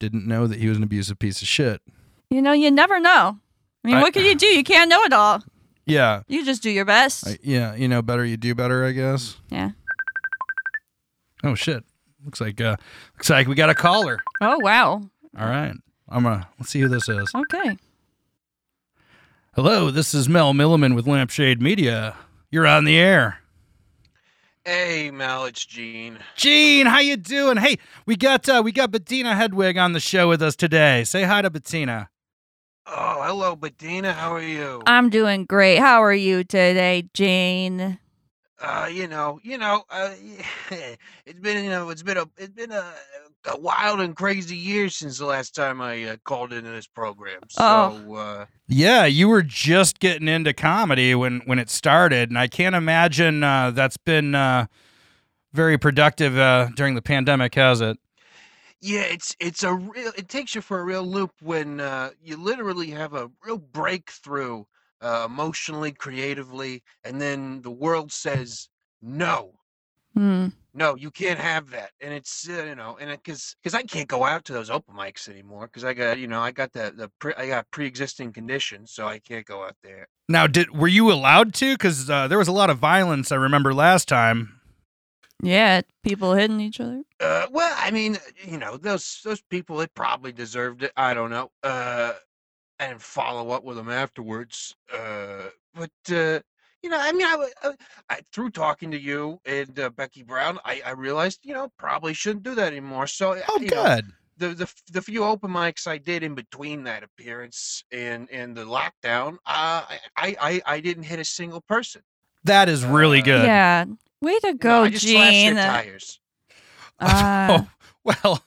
didn't know that he was an abusive piece of shit. You know, you never know. I mean, I- what can you do? You can't know it all. Yeah, You just do your best. I, yeah, you know, better you do better, I guess. yeah. Oh shit! Looks like uh, looks like we got a caller. Oh wow. All right, I'm gonna let's see who this is. Okay. Hello, this is Mel Milliman with Lampshade Media. You're on the air. Hey, Mel, it's Gene. Gene, how you doing? Hey, we got uh, we got Bettina Hedwig on the show with us today. Say hi to Bettina. Oh, hello, Bedina. How are you? I'm doing great. How are you today, Jane? Uh, you know, you know, uh, [laughs] it's been, you know, it's been a, it's been a, a wild and crazy year since the last time I uh, called into this program. So, Oh. uh, Yeah, you were just getting into comedy when when it started, and I can't imagine uh, that's been uh, very productive uh, during the pandemic, has it? yeah, it's, it's a real, it takes you for a real loop when uh, you literally have a real breakthrough uh, emotionally, creatively, and then the world says no. Hmm. no, you can't have that. And it's uh, you know, and because because I can't go out to those open mics anymore because I got you know I got the the pre, I got pre-existing conditions, so I can't go out there. Now, did were you allowed to? Because uh, there was a lot of violence. I remember last time. Yeah, people hitting each other. Uh, well, I mean, you know, those those people they probably deserved it. I don't know. Uh, and follow up with them afterwards. Uh, but uh, you know, I mean, I, w- I- I- through talking to you and uh, Becky Brown, I, I realized, you know, probably shouldn't do that anymore. So, uh, Oh, you good. know, the, the f- the few open mics I did in between that appearance and and the lockdown, uh, I, I I I didn't hit a single person. That is really Uh, good. Yeah. Way to No, go, I just slashed their Gene. tires. [laughs] Uh, oh, well,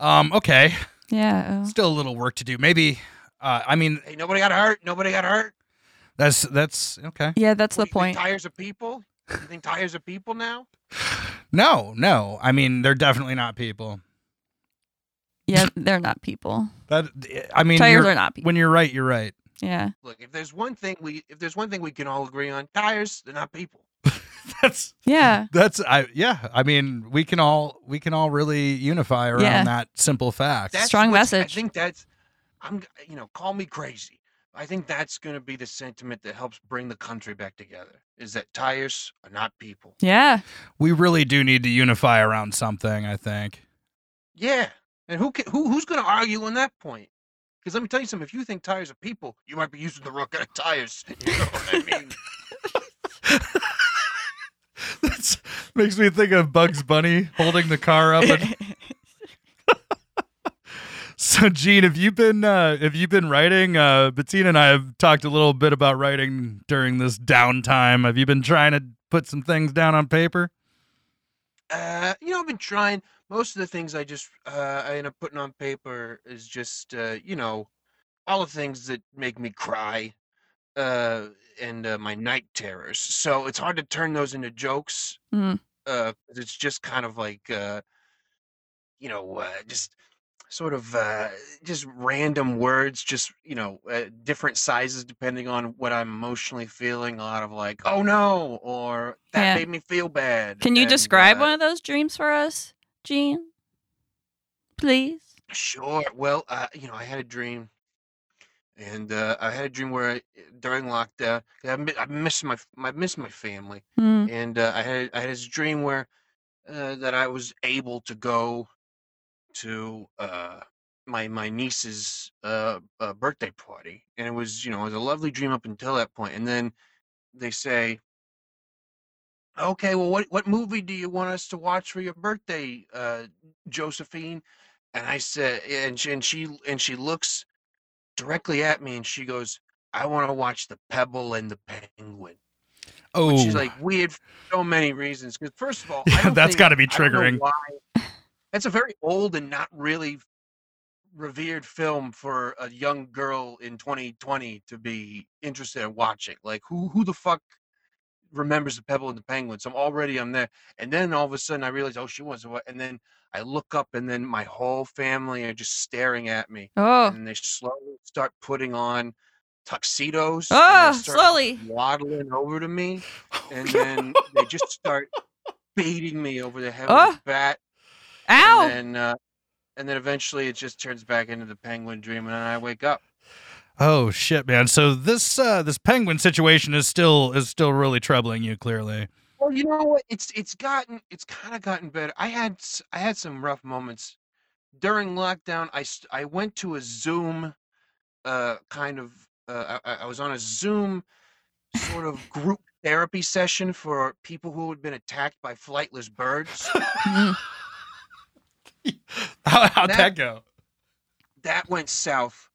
um, okay. yeah. oh. Still a little work to do. Maybe. Uh, I mean, Hey, nobody got hurt. Nobody got hurt. that's that's okay. Yeah, that's What, the you point. think Tires of people. You think tires of people now? No, no. I mean, they're definitely not people. Yeah, they're not people. That I mean, Tires you're- are not people. when you're right, you're right. [laughs] Yeah. Look, if there's one thing we if there's one thing we can all agree on, tires they're not people. That's Yeah. that's I yeah. I mean, we can all we can all really unify around Yeah. that simple fact. That's Strong what's- I message. think that's I'm g- you know call me crazy. I think that's going to be the sentiment that helps bring the country back together. Is that tires are not people. [laughs] Yeah. we really do need to unify around something. I think. [laughs] Yeah, and who ca who who's going to argue on that point? Because let me tell you something. If you think tires are people, you might be using the wrong kind of tires. [laughs] You know what I mean? That makes me think of Bugs Bunny holding the car [laughs] up. and- so, Gene, have you been uh, have you been writing? Uh, Bettina and I have talked a little bit about writing during this downtime. Have you been trying to put some things down on paper? Uh, you know, I've been trying. Most of the things I just uh, I end up putting on paper is just uh, you know, all the things that make me cry, uh, and uh, my night terrors. So it's hard to turn those into jokes. Mm. Uh, 'cause it's just kind of like uh, you know, uh, just sort of uh, just random words, just you know, uh, different sizes depending on what I'm emotionally feeling. A lot of like, oh no, or that Yeah. made me feel bad. Can you and, describe uh, one of those dreams for us, Gene? Please. Sure. Well, uh, you know, I had a dream, and uh, I had a dream where I, during lockdown, 'cause I, mi- I miss my f- my miss my family, Mm. and uh, I had I had this dream where uh, that I was able to go to uh, my my niece's uh, uh, birthday party, and it was you know it was a lovely dream up until that point, and then they say. Okay, well, what what movie do you want us to watch for your birthday, uh, Josephine? And I said, and she, and she and she looks directly at me, and she goes, "I want to watch the Pebble and the Penguin." Oh, Which is like weird for so many reasons. Because [laughs] first of all, Yeah, I don't that's think- gotta be I don't know triggering. why- That's a very old and not really revered film for a young girl in 2020 to be interested in watching. Like, who who the fuck remembers the Pebble and the Penguin? So I'm already I'm there, and then all of a sudden I realize, oh, she wants to. wa- And then I look up, and then my whole family are just staring at me, Oh. and they slowly start putting on tuxedos. and they Oh, start slowly. Oh, waddling over [laughs] to me, and then they just start beating me over the head Oh. with a bat, Ow. and then uh, and then eventually it just turns back into the penguin dream, and then I wake up. oh shit, man. So this uh, this penguin situation is still is still really troubling you. Clearly, [laughs] Well, you know what? It's it's gotten it's kind of gotten better. I had s- I had some rough moments during lockdown. I s- I went to a Zoom, uh, kind of uh, I, I I was on a Zoom sort of group therapy session for people who had been attacked by flightless birds. Mm. How, how'd That- that go? [laughs] that went south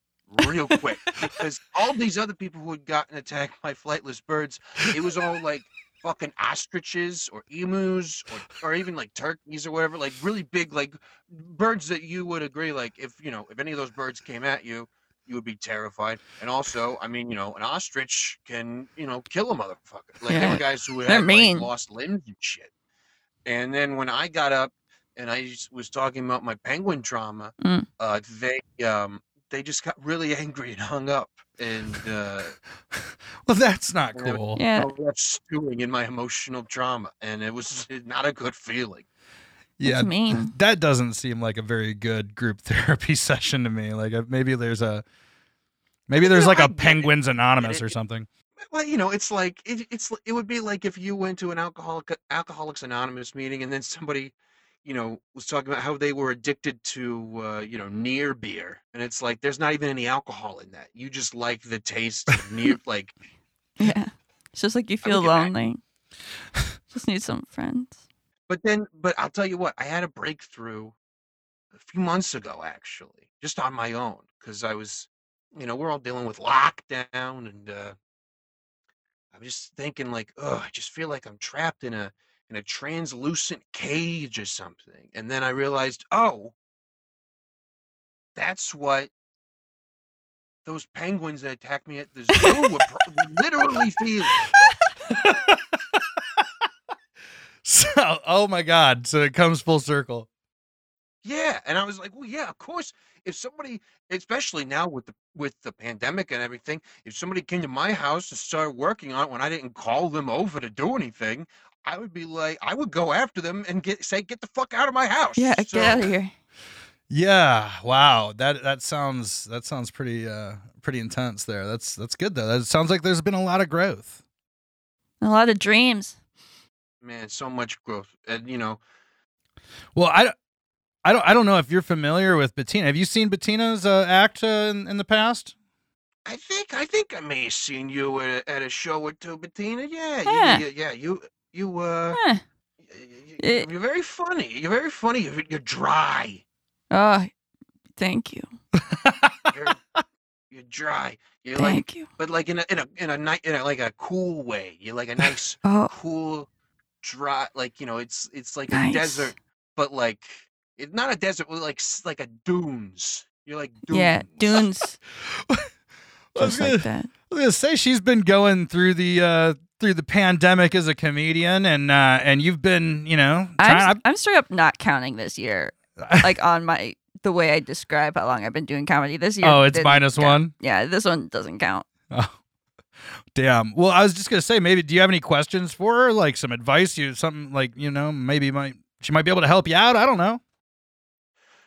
real quick because all these other people who had gotten attacked by flightless birds, it was all like fucking ostriches or emus or, or even like turkeys or whatever, like really big, like birds that you would agree, like if you know, if any of those birds came at you, you would be terrified. And also, I mean, you know, an ostrich can, you know, kill a motherfucker. Like there Yeah. were guys who had They're like, mean. lost limbs and shit. And then when I got up and I just was talking about my penguin trauma, Mm. uh, they um, they just got really angry and hung up, and uh, Well, that's not Yeah. cool. Yeah. I was left stewing in my emotional trauma, and it was [laughs] not a good feeling. [laughs] That's mean. that doesn't seem like a very good group [laughs] therapy session to me. Like uh, maybe there's a maybe there's No, like I a get it. Penguins Anonymous it- or it- something. Well, you know, it's like it, it's li- it would be like if you went to an alcoholic Alcoholics Anonymous meeting, and then somebody, you know, was talking about how they were addicted to uh, you know near beer, and it's like there's not even any alcohol in that. You just like the taste of near, like Yeah. It's just like you feel get back. lonely. just need some friends. But then, but I'll tell you what, I had a breakthrough a few months ago, actually, just on my own, because I was, you know, we're all dealing with lockdown, and uh, I was just thinking, like, oh, I just feel like I'm trapped in a in a translucent cage or something. And then I realized, oh, that's what those penguins that attacked me at the zoo were pro- literally feeling. [laughs] So, oh my God. So it comes full circle. Yeah, and I was like, well, yeah, of course. If somebody, especially now with the with the pandemic and everything, if somebody came to my house and started working on it when I didn't call them over to do anything, I would be like, I would go after them and get say, get the fuck out of my house. Yeah, So, get out of here. Yeah. Wow. That that sounds that sounds pretty uh pretty intense there. That's that's good though. That sounds like there's been a lot of growth. A lot of dreams. man, so much growth, and you know, Well, I don't I don't I don't know if you're familiar with Bettina. Have you seen Bettina's uh, act uh, in, in the past? I think I think I may have seen you at a, at a show or two, Bettina. Yeah, Yeah. You, you, yeah, you you uh, Huh. y- y- It- you're very funny. You're very funny. You're, you're dry. Oh, thank you. [laughs] You're, you're dry. You're like Thank you. but like in a in a in a night in a, like a cool way. You're like a nice [laughs] Oh, cool dry like you know it's it's like Nice. a desert but like it's not a desert but like s- like a dunes. You're like dunes. yeah. [laughs] Dunes. I was just gonna, like that. I was gonna say she's been going through the uh through the pandemic as a comedian and uh and you've been, you know, I'm, trying, I'm straight up not counting this year. [laughs] Like on my, the way I describe how long I've been doing comedy this year. Oh, it's didn't minus count. one. Yeah, this one doesn't count. Oh, damn. Well, I was just gonna say, maybe do you have any questions for her? Like some advice, you something like you know, maybe might she might be able to help you out. I don't know.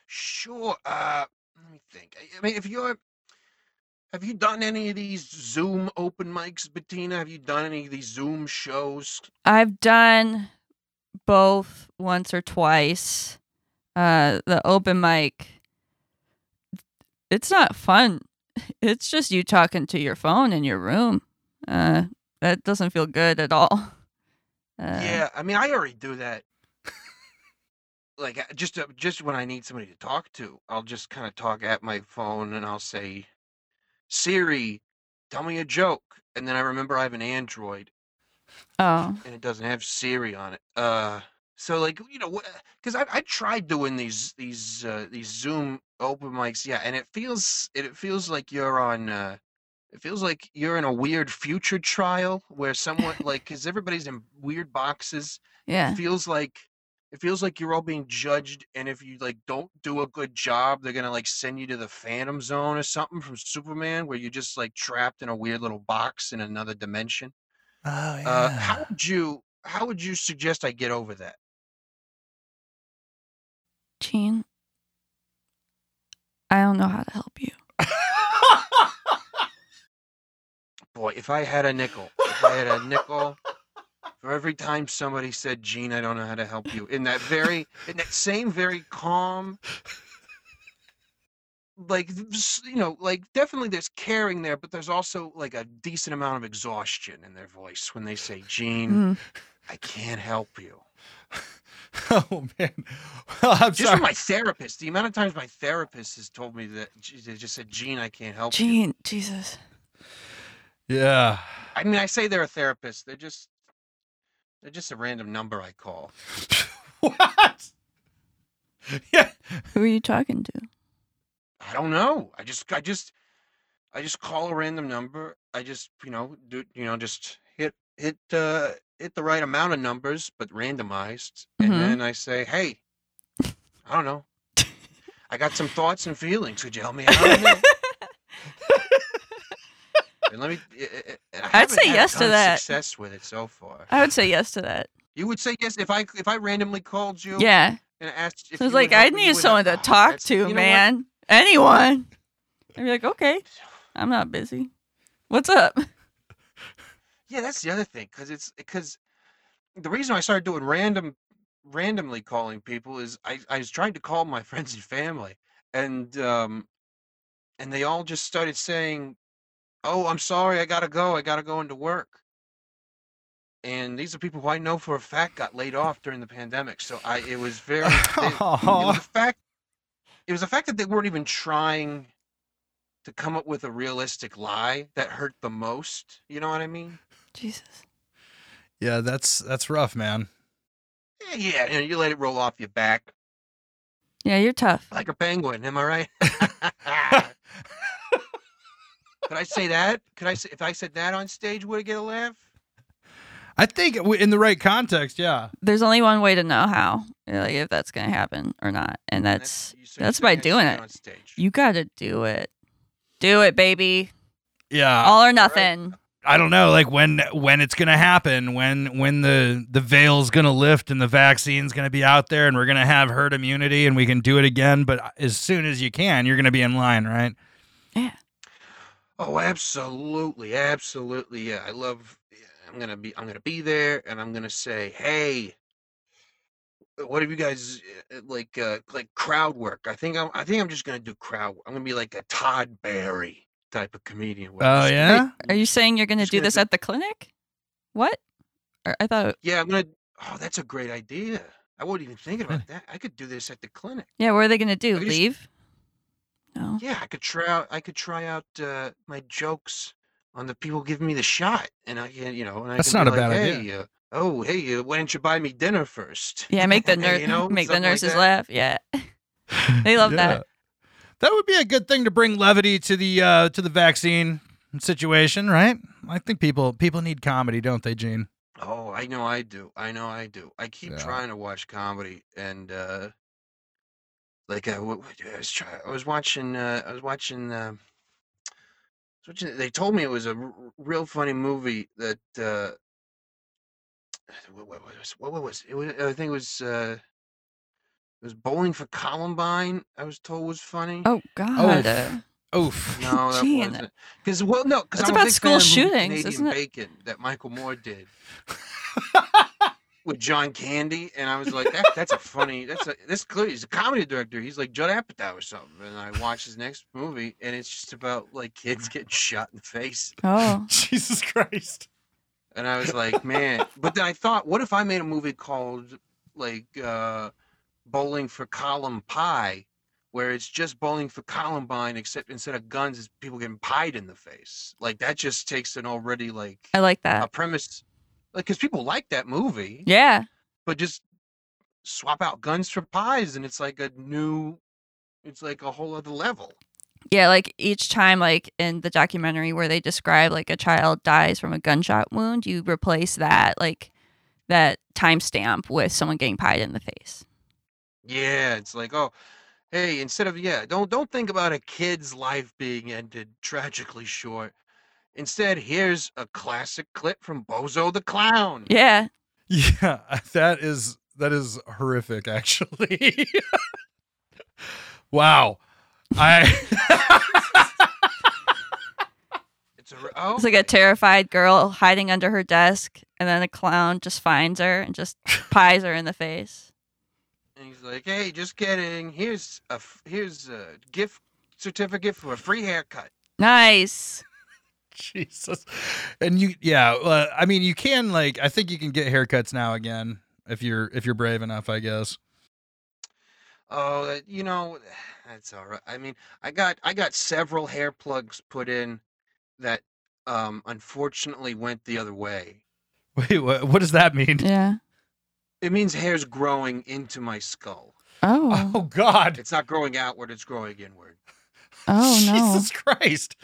Sure. Uh let me think. I, I mean if you're have you done any of these Zoom open mics, Bettina? Have you done any of these Zoom shows? I've done both once or twice. Uh, the open mic, it's not fun. [laughs] It's just you talking to your phone in your room. Uh, that doesn't feel good at all. Uh, yeah, I mean, I already do that. like I- just uh, just when I need somebody to talk to, I'll just kind of talk at my phone and I'll say, "Siri, tell me a joke." And then I remember I have an Android Oh, and it doesn't have Siri on it. Uh, so like you know, because I I tried doing these these uh, these Zoom open mics, yeah, and it feels it, it feels like you're on. Uh, it feels like you're in a weird future trial where someone like because everybody's in weird boxes yeah. it feels like it feels like you're all being judged and if you like don't do a good job they're gonna like send you to the phantom zone or something from superman where you're just like trapped in a weird little box in another dimension Oh yeah. uh how would you how would you suggest i get over that Gene, I don't know how to help you. boy if i had a nickel if i had a nickel for every time somebody said gene i don't know how to help you in that very in that same very calm like s- you know like definitely there's caring there but there's also like a decent amount of exhaustion in their voice when they say Hmm. gene Mm. i can't help you [laughs] oh man. Well, I'm just sorry. from my therapist the amount of times my therapist has told me that she they just said gene i can't help you Gene, Jesus. [laughs] yeah. i mean i say they're a therapist they're just they're just a random number i call what? [laughs] Yeah. Who are you talking to? I don't know. I just, I just, I just call a random number. I just, you know, do, you know, just hit, hit, uh, hit the right amount of numbers, but randomized. Mhm. And then I say, hey, I don't know. I got some thoughts and feelings. Could you help me out? on that?" and let me. I- I- I haven't say had a yes to ton of that. Success with it so far. I would say yes to that. You would say yes if I if I randomly called you Yeah. and asked. If So I was you would like, I help me, you need would someone help- to Oh, talk that's- you know to, what? man. Anyone. I'd be like, okay, I'm not busy. What's up? Yeah, that's the other thing, because it's because the reason I started doing random, randomly calling people is I I was trying to call my [laughs] friends and family, and um, and they all just started saying, "Oh, I'm sorry, I gotta go, I gotta go into work," and these are people who I know for a fact got laid off during the pandemic. So I it was very they- it was a fact it was the fact that they weren't even trying to come up with a realistic lie that hurt the most you know what i mean Jesus. yeah, that's that's rough, man. yeah, Eh, yeah you, know, you let it roll off your back Yeah, you're tough. like a penguin am i right [laughs] could i say that could i say if i said that on stage would i get a laugh I think w- in the right context, yeah. There's only one way to know how, like, if that's gonna happen or not, and that's you- so you that's said by you can't say doing that it. on stage you gotta do it. Do it, baby. Uh, Yeah. All or nothing. Uh, I don't know, like when when it's gonna happen, when when the the veil's gonna lift and the vaccine's gonna be out there, and we're gonna have herd immunity, and we can do it again. But as soon as you can, you're gonna be in line, right? Oh, absolutely, absolutely. Yeah, I love. yeah, I'm gonna be. I'm gonna be there, and I'm gonna say, "Hey, uh, what have you guys uh, uh, like? Uh, like crowd work? I think I'm. I think I'm just gonna do crowd. work. I'm gonna be like a Todd Barry type of comedian. where I'm Oh, just gonna yeah? Are you saying you're gonna Just do gonna this do- at the clinic? What? Or- I thought, Yeah, I'm gonna. Oh, that's a great idea. I wasn't even thinking about that. I could do this at the clinic. yeah. What are they gonna do? I just- Leave? No. Yeah, I could try out. I could try out uh, my jokes on the people giving me the shot, and I can, you know, and I That's can not be a like, bad hey, idea. Uh, oh, hey, uh, why didn't you buy me dinner first? Yeah, make the nurse [laughs] You [laughs] know, make the something like nurses that. laugh. Yeah, [laughs] they love Yeah. that. That would be a good thing to bring levity to the uh, to the vaccine situation, right? I think people people need comedy, don't they, Gene? Oh, I know I do. I know I do. I keep Yeah. trying to watch comedy, and uh, like I, wa- I was try, I was watching, uh, I was watching. Uh, I was watching- they told me it was a r- r- real funny movie that. Uh, [sighs] what, what was what, what was it? Was, I think it was. Uh, it was Bowling for Columbine. I was told was funny. Oh [laughs] God. uh, Oof. No, that Gee, and wasn't. Because well, no, because That's I'm about a big school fan of the movie shootings, Canadian isn't it? Bacon that Michael Moore did with John Candy, and I was like, that, that's a funny. That's a this clearly he's a comedy director. He's like Judd Apatow or something. And I watched his next movie, and it's just about like kids getting shot in the face. Oh, [laughs] Jesus Christ. And I was like, man. But then I thought, what if I made a movie called like uh Bowling for Column Pie, where it's just bowling for Columbine, except instead of guns, it's people getting pied in the face. Like that just takes an already like [laughs] I like a that. premise, like because people like that movie, Yeah, but just swap out guns for pies, and it's like a new, it's like a whole other level. yeah. Like each time, like in the documentary where they describe like a child dies from a gunshot wound, you replace that like that timestamp with someone getting pied in the face. Yeah, it's like oh, hey, instead of yeah, don't don't think about a kid's life being ended tragically short. Instead, here's a classic clip from Bozo the Clown. Yeah, Yeah, that is that is horrific actually. [laughs] wow. I It's a re- oh, it's like a okay. terrified girl hiding under her desk, and then a clown just finds her and [laughs] just pies her in the face. and he's like, hey, just kidding. Here's a f- here's a gift certificate for a free haircut. Nice. [laughs] Jesus. And you yeah, uh, I mean you can like I think you can get haircuts now again if you're if you're brave enough, I guess. [laughs] Oh, that- you know, [sighs] that's all right. I mean, I got I got several hair plugs put in that um unfortunately went the other way. Wait, what, what does that mean? Yeah. It means hair's growing into my skull. Oh. Oh god. It's not growing outward, it's growing inward. [laughs] Oh [laughs] no. Jesus Christ.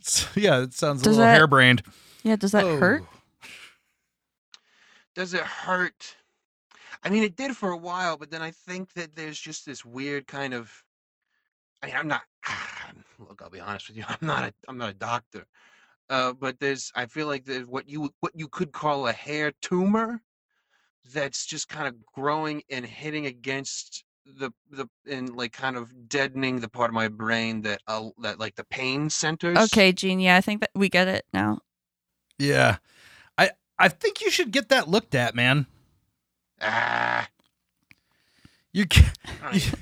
It's- yeah, it sounds a Does little that- harebrained. Yeah. Does Oh, that hurt? Does it hurt? I mean, it did for a while, but then I think that there's just this weird kind of I mean, I'm not [sighs] look, I'll be honest with you. [laughs] I'm not a I'm not a doctor. Uh, but there's I feel like there's what you would- what you could call a hair tumor that's just kind of growing and hitting against the the and like kind of deadening the part of my brain that uh, that like the pain centers. Okay, Gene. Yeah, I think that we get it now. [laughs] Yeah. I I think you should get that looked at, man. Ah, You ca I don't even-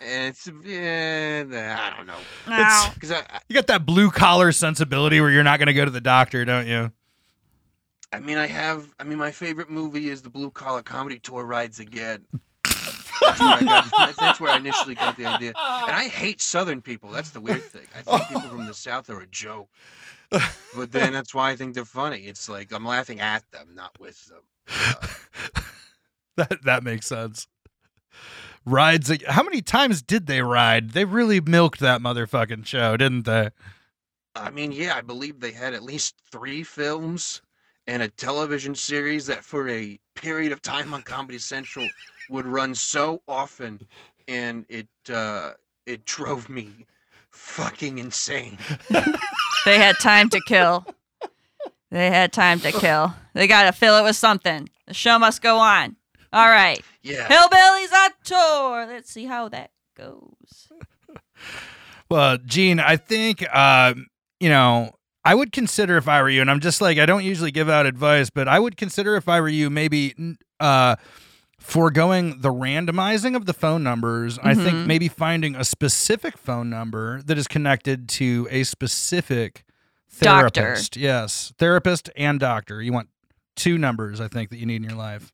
it's yeah, nah, I don't know. [laughs] Now, Cuz I, I you got that blue collar sensibility where you're not going to go to the doctor, don't you? I mean, I have. I mean, my favorite movie is the Blue Collar Comedy Tour rides again. That's where, I got, that's where I initially got the idea. And I hate Southern people. That's the weird thing. I think people from the South are a joke. But then that's why I think they're funny. It's like I'm laughing at them, not with them. [laughs] That that makes sense. Rides. ag- How many times did they ride? They really milked that motherfucking show, didn't they? I mean, yeah, I believe they had at least three films and a television series that for a period of time on Comedy Central would run so often and it uh it drove me [laughs] fucking insane. They had time to kill. They had time to kill. They got to fill it with something. The show must go on. All right. Yeah. Hillbillies on tour. Let's see how that goes. Well, Gene, I think uh, you know I would consider if I were you, and I'm just like I don't usually give out advice, but I would consider if I were you, maybe n- uh, foregoing the randomizing of the phone numbers. I Mhm. think maybe finding a specific phone number that is connected to a specific Doctor. therapist. Yes, therapist and doctor. You want two numbers, I think, that you need in your life.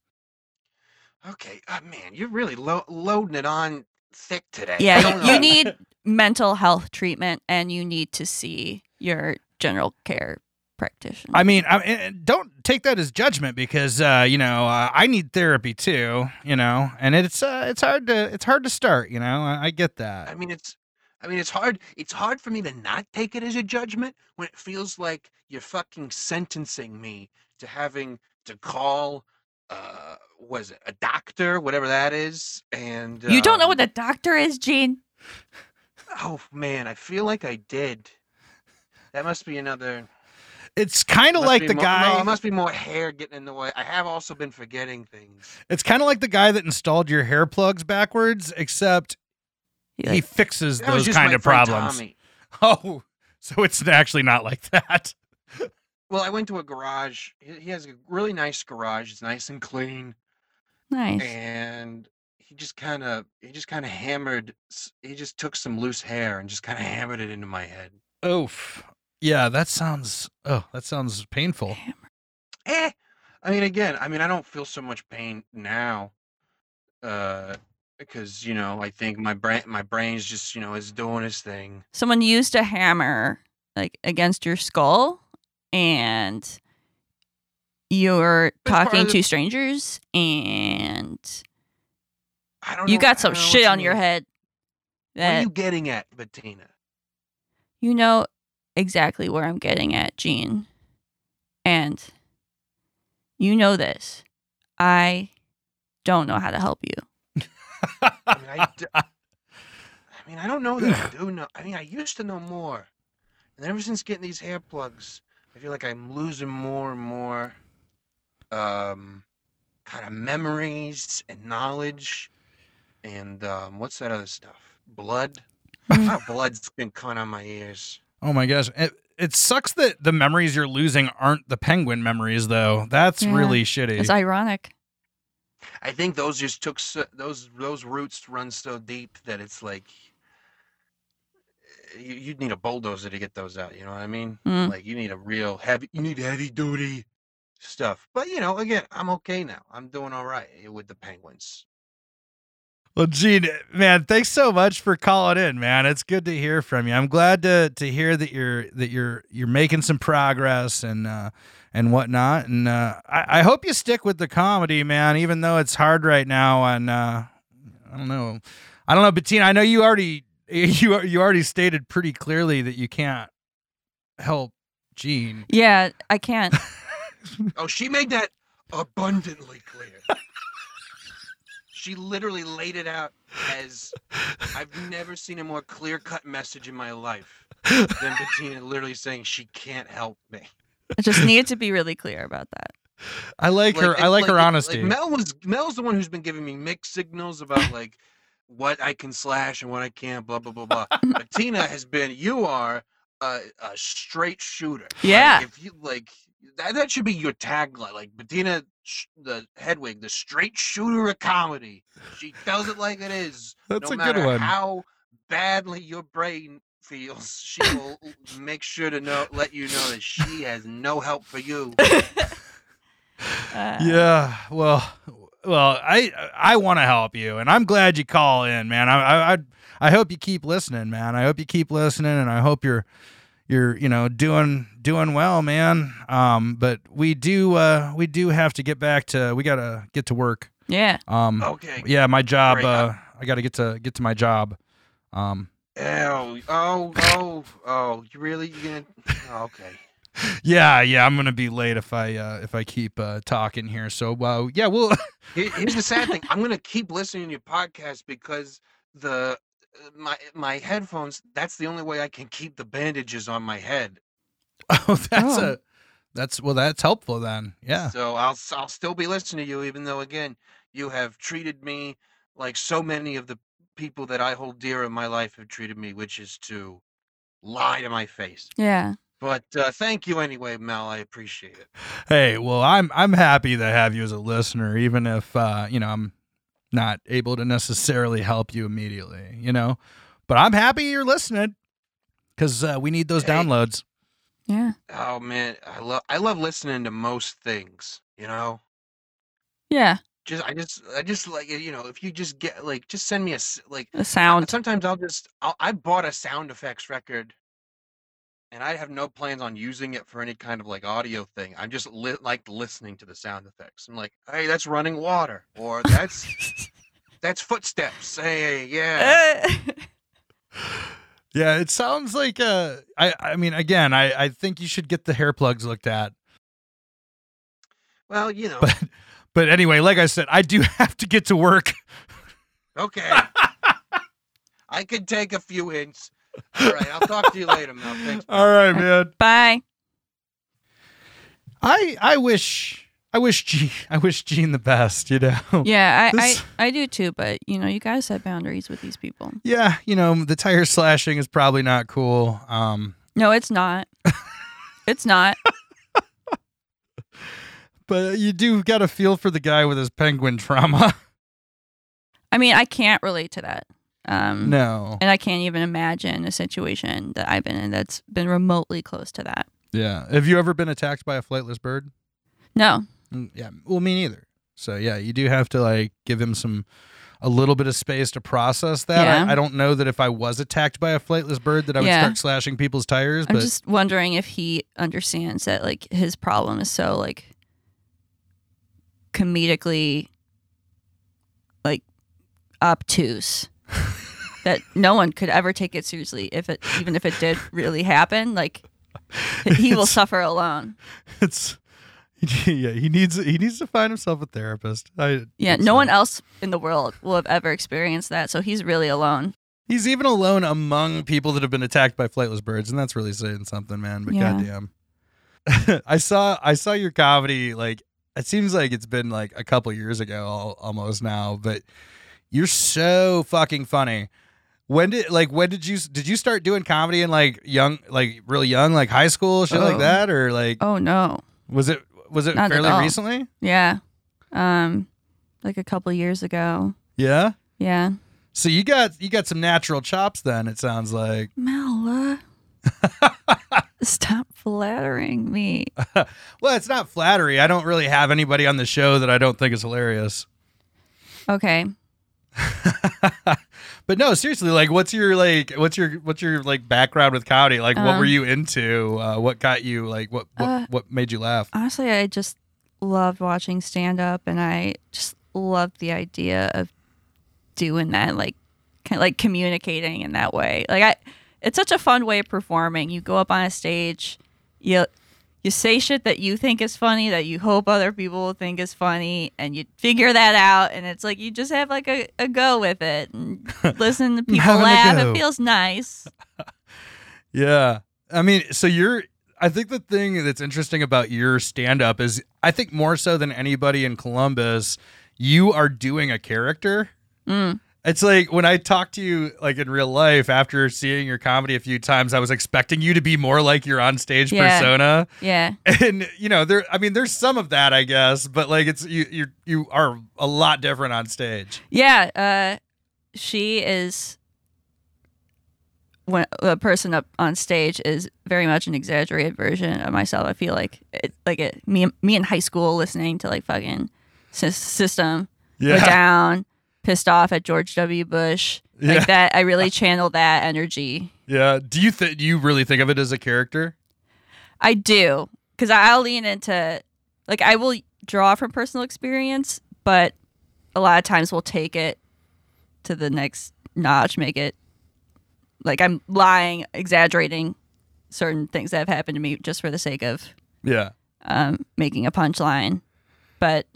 Okay. Oh man, you're really lo- loading it on thick today. I Yeah, don't you, you know. need mental health treatment and you need to see your general care practitioner. I mean, I, and- and don't take that as judgment because uh, you know uh, I need therapy too. You know, and it's uh, it's hard to it's hard to start. You know, I, I get I that. mean, it's, I mean, it's hard. It's hard for me to not take it as a judgment when it feels like you're fucking sentencing me to having to call, uh, was it a doctor, whatever that is, and you don't know um, what a doctor is, Gene? Oh man, I feel like I did. That must be another. It's kind of must like be the mo- guy. No, it must be more hair getting in the way. I have also been forgetting things. It's kind of like the guy that installed your hair plugs backwards, except He, he like, fixes That those was just my kind of friend problems. Tommy. [laughs] Oh, so it's actually not like that. Well, I went to a garage. He he has a really nice garage. It's nice and clean. [laughs] nice. and he just kind of he just kind of hammered s- he just took some loose hair and just kind of hammered it into my head Oof. Yeah, that sounds. Oh, that sounds painful. eh i mean again i mean i don't feel so much pain now uh because you know i think my brain my brain's just you know is doing its thing Someone used a hammer like against your skull and you're part talking of to the- strangers and i don't you know- got I some don't know what shit you on your mean. head what are that you getting at bettina you know exactly where I'm getting at, Gene. And you know this. I don't know how to help you. I mean, I, d- I mean, I don't know that I do know. I mean, I used to know more, and ever since getting these hair plugs, I feel like I'm losing more and more, um, kind of memories and knowledge, and um, what's that other stuff? Blood. A lot of blood's been coming on my ears. Oh my gosh. It, it sucks that the memories you're losing aren't the penguin memories, though. That's Yeah. really shitty. It's ironic. I think those just took so, those those roots run so deep that it's like. You, you'd need a bulldozer to get those out. You know what I mean? Mm. Like you need a real heavy, you need heavy duty stuff. But you know, again, I'm okay now. I'm doing all right eh, with the Penguins. well, Gene, man, thanks so much for calling in, man. It's good to hear from you. I'm glad to to hear that you're that you're you're making some progress and uh and whatnot. And uh I, I hope you stick with the comedy, man, even though it's hard right now and uh I don't know. I don't know, Bettina, I know you already [laughs] you you already stated pretty clearly that you can't help Gene. Yeah, I [laughs] can't. Oh, she made that abundantly clear. she literally laid it out as I've never seen a more clear cut message in my life than Bettina literally saying she can't help me. I just needed to be really clear about that. I like, her it- I like, her it- honesty. Mel was Mel's the one who's been giving me mixed signals about like what I can slash and what I can't. Blah blah [laughs] blah blah. but Tina has been. You are a, a straight shooter. Like, Yeah. if you like. That, that should be your tagline, like Bettina Sh- the Hedwig, the straight shooter of comedy. She tells it like it is. That's no a good matter one. How badly your brain feels, she [laughs] will make sure to know, let you know that she has no help for you Uh, yeah well well i i want to help you and i'm glad you call in man I, I i i hope you keep listening man i hope you keep listening and i hope you're you're you know doing doing well man um but we do uh we do have to get back to we gotta get to work Yeah. um Okay. yeah my job Great. uh i gotta get to get to my job um Ow. Oh, oh, oh. You really? You gonna? oh, okay. yeah yeah i'm gonna be late if i uh if i keep uh talking here so uh yeah we'll Here- Here's the sad thing. I'm gonna keep listening to your podcast because the uh, my my headphones. That's the only way I can keep the bandages on my head. [laughs] oh that's Oh. a that's well that's helpful then yeah So I'll s- I'll still be listening to you, even though again you have treated me like so many of the people that I hold dear in my life have treated me, which is to lie to my face. Yeah. But uh, thank you anyway, Mel. I appreciate it. Hey, well, I'm I'm happy to have you as a listener, even if uh, you know I'm not able to necessarily help you immediately, you know. But I'm happy you're listening because uh, we need those Hey. downloads. Yeah. Oh man, I love I love listening to most things. You know, Yeah. just I just I just like you know if you just get like just send me a s- like [laughs] The sound. sometimes I'll just I'll, I bought a sound effects record, and I have no plans on using it for any kind of like audio thing. I'm just li- like listening to the sound effects. I'm like, hey, that's running water, or [laughs] that's that's footsteps. Hey, Eh. yeah. Yeah, it sounds like uh, I I mean, again, I I think you should get the hair plugs looked at. Well, you know, But but anyway, like I said, I do [laughs] have to get to work. [laughs] okay. I could take a few hints. All right, I'll talk to you later, Mel. Thanks. All right, man. Bye. I I wish I wish Gene I wish Gene the best. You know. Yeah, I, This- I, I do too, but you know, you gotta set boundaries with these people. Yeah, you know, the tire slashing is probably not cool. Um, No, [laughs] it's not. it's not. but you do got a feel for the guy with his penguin trauma. [laughs] I mean, I can't relate to that. Um, no. And I can't even imagine a situation that I've been in that's been remotely close to that. Yeah. Have you ever been attacked by a flightless bird? No. Mm, Yeah. Well, me neither. So yeah, you do have to like give him some a little bit of space to process that. Yeah. I, I don't know that if I was attacked by a flightless bird that I would Yeah. start slashing people's tires, I'm but just wondering if he understands that like his problem is so like comedically like [laughs] obtuse that no one could ever take it seriously if it even if it did really happen like he will It's- suffer alone. [laughs] it's [laughs] yeah, he needs he needs to find himself a therapist. I Yeah, think no so. one else in the world will have ever experienced that, so he's really alone. He's even alone among people that have been attacked by flightless birds, and that's really saying something, man. But Yeah. goddamn, [laughs] I saw I saw your comedy. Like it seems like it's been like a couple years ago al- almost now, but you're so fucking funny. When did like when did you did you start doing comedy in like young like really young like high school shit Oh. like that or like Oh no. was it was it Not at fairly all. recently? Yeah. Um like a couple years ago. Yeah. Yeah. So you got you got some natural chops then. It sounds like. Mala, uh, [laughs] stop flattering me. Well, it's not flattery. I don't really have anybody on the show that I don't think is hilarious. [laughs] Okay. but no, seriously, like, what's your like, what's your what's your like background with comedy? Like, what Um, were you into? Uh, what got you like, what what, uh, what made you laugh? Honestly, I just loved watching stand up and I just loved the idea of doing that, like kind of like communicating in that way. Like I it's such a fun way of performing. You go up on a stage, you you say shit that you think is funny that you hope other people will think is funny and you figure that out and it's like you just have like a, a go with [laughs] it and listen to people having a laugh. go. It feels nice. Yeah, I mean, so you're. I think the thing that's interesting about your stand up is, I think more so than anybody in Columbus, you are doing a character. Mm. It's like when I talked to you like in real life after seeing your comedy a few times, I was expecting you to be more like your on stage Yeah. persona. Yeah. And you know, there I mean there's some of that I guess, but like it's you you you are a lot different on stage. Yeah. Uh, she is when a person up on stage is very much an exaggerated version of myself. I feel like it, like it, me me in high school listening to like fucking Sys- System Go Down, pissed off at George W. Bush, [laughs] Yeah. like that. I really channel that energy. Yeah. Do you think you really think of it as a character? I do because I'll lean into like I will draw from personal experience, but a lot of times we'll take it to the next notch, make it like I'm lying, exaggerating certain things that have happened to me just for the sake of Yeah. um, making a punchline. But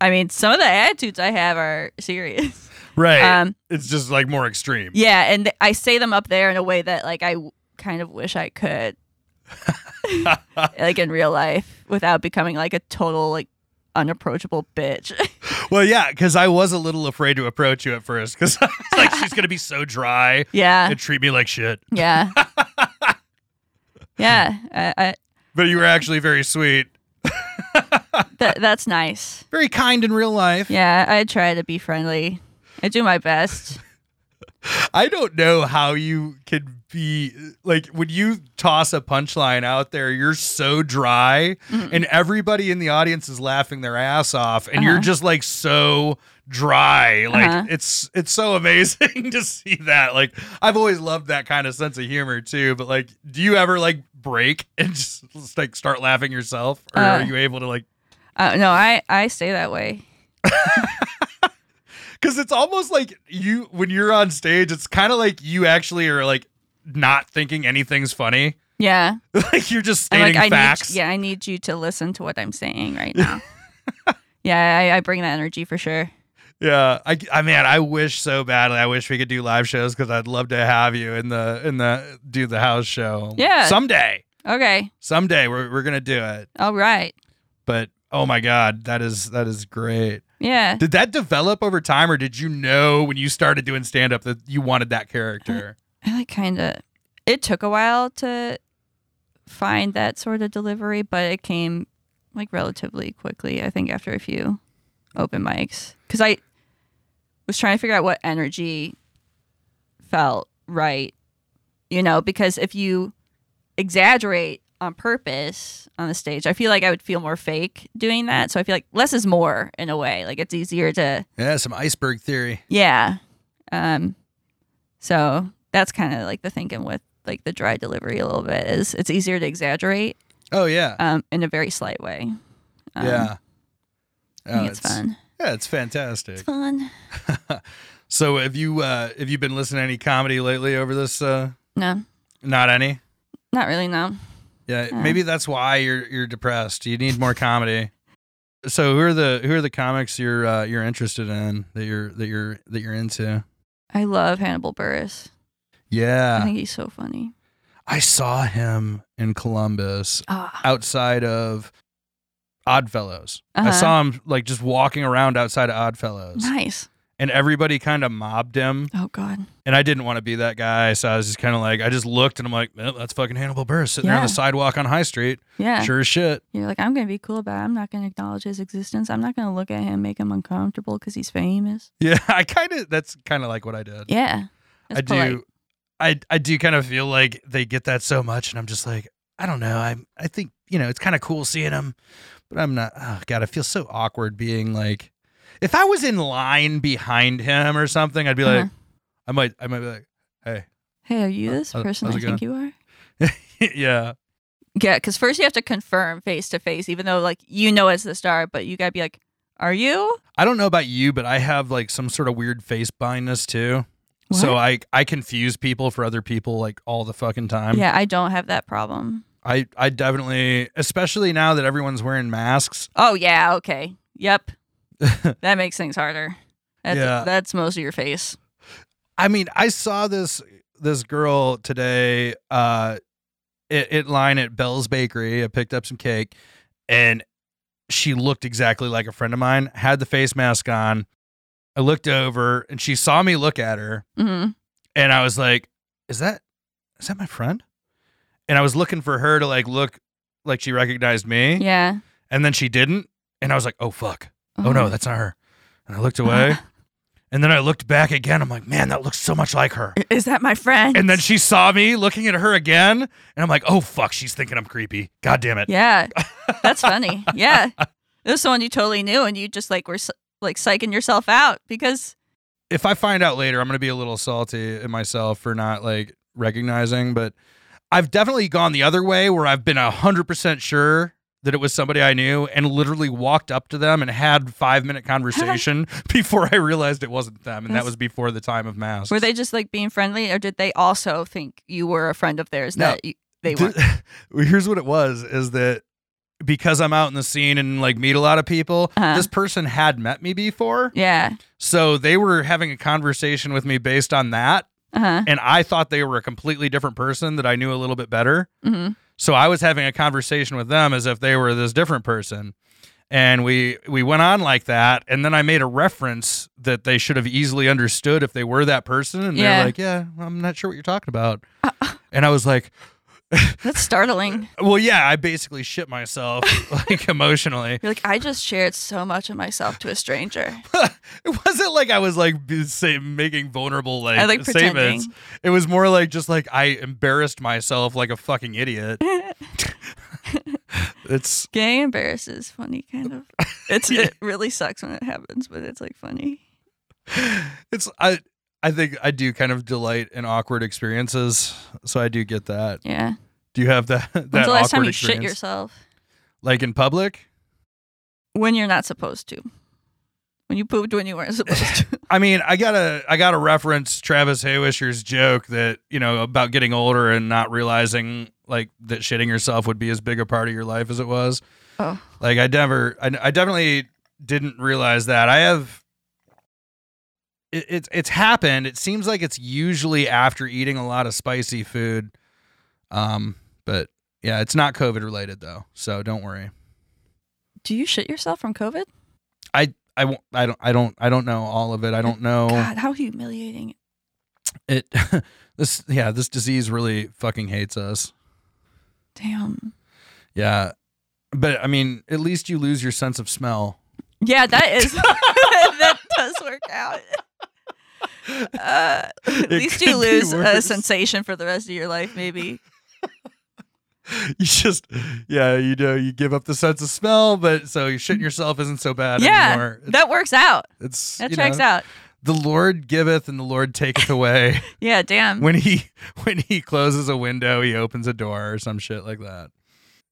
I mean, some of the attitudes I have are serious. Right. Um, it's just like more extreme. yeah, and th- I say them up there in a way that like I w- kind of wish [laughs] I could, like in real life, without becoming like a total like unapproachable bitch. [laughs] Well, yeah, because I was a little afraid to approach you at first because [laughs] I was like, she's gonna be so [laughs] dry yeah, and treat me like shit. [laughs] yeah, yeah. I, I, But you were actually very sweet, th- that's nice. very kind in real life. Yeah, I try to be friendly. I do my best. I don't know how you can be like when you toss a punchline out there, you're so dry Mhm. and everybody in the audience is laughing their ass off and you're Uh-huh. just like so dry. Like Uh-huh. it's it's so amazing [laughs] to see that. Like I've always loved that kind of sense of humor too, but like do you ever like break [laughs] and just like start laughing yourself or Uh. are you able to like Uh, no, I I stay that way. Because it's almost like you, when you're on stage, it's kind of like you actually are like not thinking anything's funny. Yeah, [laughs] like you're just I'm stating like, facts. I need, yeah, I need you to listen to what I'm saying [laughs] right now. yeah, I, I bring that energy for sure. yeah. I, I man, I wish so badly. I wish we could do live shows because I'd love to have you in the in the do the house show. Yeah. someday, Okay, someday we're we're gonna do it. all right. But oh my god, that is that is great. Yeah. Did that develop over time, or did you know when you started doing stand up that you wanted that character? [laughs] I like kind of. It took a while to find that sort of delivery, but it came like relatively quickly. I think after a few open mics, because I was trying to figure out what energy felt right. You know, because if you exaggerate on purpose on the stage, I feel like I would feel more fake doing that. So I feel like less is more in a way. Like it's easier to Yeah, some iceberg theory. yeah. Um so that's kind of like the thinking with like the dry delivery a little bit is it's easier to exaggerate Oh yeah, um in a very slight way. Um, yeah. I think Oh, it's, fun. Yeah, it's fantastic. It's fun. [laughs] So have you uh have you been listening to any comedy lately over this uh No. not any? Not really no. Yeah, Uh. maybe that's why you're you're depressed. You need more comedy. So who are the who are the comics you're uh you're interested in that you're that you're that you're into? I love Hannibal Burris. I Yeah. think he's so funny. I saw him in Columbus Ah. outside of Oddfellows. I Uh-huh. saw him like just walking around outside of Oddfellows nice. and everybody kind of mobbed him. Oh god. and I didn't want to be that guy. So I was just kind of like, I just looked and I'm like, "Nope, that's fucking Hannibal Burris sitting there on the Yeah. sidewalk on High Street. Yeah. Sure as shit. You're like I'm going to be cool about it. I'm not going to acknowledge his existence. I'm not going to look at him make him uncomfortable cuz he's famous. Yeah, [laughs] I kind of, that's kind of like what I did. Yeah. I That's polite. do, I, I do kind of feel like they get that so much. And I'm just like, I don't know. I, I think, you know, it's kind of cool seeing him, but I'm not, oh God, I feel so awkward being like, if I was in line behind him or something, I'd be like, Uh-huh. I might, I might be like, [laughs] hey, Hey, are you Uh, this uh, person how's I it going? think you are? yeah, Yeah, because first you have to confirm face to face, even though like you know it's the star, but you gotta be like, "Are you?" I don't know about you, but I have like some sort of weird face blindness too. So What? I I confuse people for other people like all the fucking time. yeah, I don't have that problem. I I definitely, especially now that everyone's wearing masks. [laughs] Oh yeah, okay, yep, that makes things harder. That's, Yeah. that's most of your face. I mean, I saw this this girl today uh it, it line at Bell's Bakery. I picked up some cake and she looked exactly like a friend of mine, had the face mask on. I looked over and she saw me look at her hmm and I was like, "Is that is that my friend?" And I was looking for her to like look like she recognized me, Yeah. Oh, Uh-huh. and then she didn't, and I was like, "Oh fuck! Oh no, that's not her." And I looked away, And then I looked back again. I'm like, man, that looks so much like her. Oh. Is that my friend? And then she saw me looking at her again, and I'm like, oh fuck, she's thinking I'm creepy. God damn it. [laughs] yeah, [laughs] that's funny. Yeah, it was someone you totally knew, and you just like were s- like psyching yourself out because If I find out later, I'm gonna be a little salty at myself for not like recognizing, but I've definitely gone the other way where I've been hundred percent sure that it was somebody I knew and literally walked up to them and had five minute [laughs] conversation [laughs] before I realized it wasn't them. And that That's- was before the time of mass. [laughs] were they just like being friendly, or did they also think you were a friend of theirs No. that you, they Th- weren't? well, here's what it was is that because I'm out in the scene and like meet a lot of people, Uh-huh. this person had met me before. Yeah. So they were having a conversation with me based on that. Uh huh. And I thought they were a completely different person that I knew a little bit better. hmm So I was having a conversation with them as if they were this different person. And we we went on like that. And then I made a reference that they should have easily understood if they were that person. And Yeah. Uh-uh. they're like, Yeah, I'm not sure what you're talking [laughs] about. and I was like, That's startling. Well, yeah, I basically shit [laughs] myself like emotionally. You're like, I just shared so much of myself to a stranger. It wasn't like I was like b- say, making vulnerable like, I like pretending. statements. It was more like just like I embarrassed myself like a fucking idiot. [laughs] it's Getting embarrassed is funny, kind of. [laughs] It's it really sucks when it happens, but it's like funny. it's I I think I do kind of delight in awkward experiences, so I do get that. Yeah. Do you have that [laughs] that When's the last awkward time you experience? shit yourself? Like in public? When you're not supposed to. When you pooped when you weren't [laughs] supposed to. I mean, I gotta, I gotta reference Travis Haywisher's joke that you know about getting older and not realizing like that shitting yourself would be as big a part of your life as it was. Oh. Like I never, I, I definitely didn't realize that. I have. It, it's it's happened. It seems like it's usually after eating a lot of spicy food. Um, but yeah, it's not COVID related though, so don't worry. Do you shit yourself from COVID? I won't. I don't. I don't. I don't know all of it. I don't know. God, how humiliating. it [laughs] this yeah this disease really fucking hates us Damn. yeah but i mean at least you lose your sense of smell Yeah, that is. [laughs] that does work out. Uh, [laughs] at It least could you be lose a worse. sensation for the rest of your life, maybe. [laughs] you just yeah you know you give up the sense of smell but so you shitting yourself isn't so bad yeah, anymore It's- that works out. it's That you checks know, out. the lord giveth and the lord taketh [laughs] away Yeah, damn. when he [laughs] when he closes a window he opens a door or some shit like that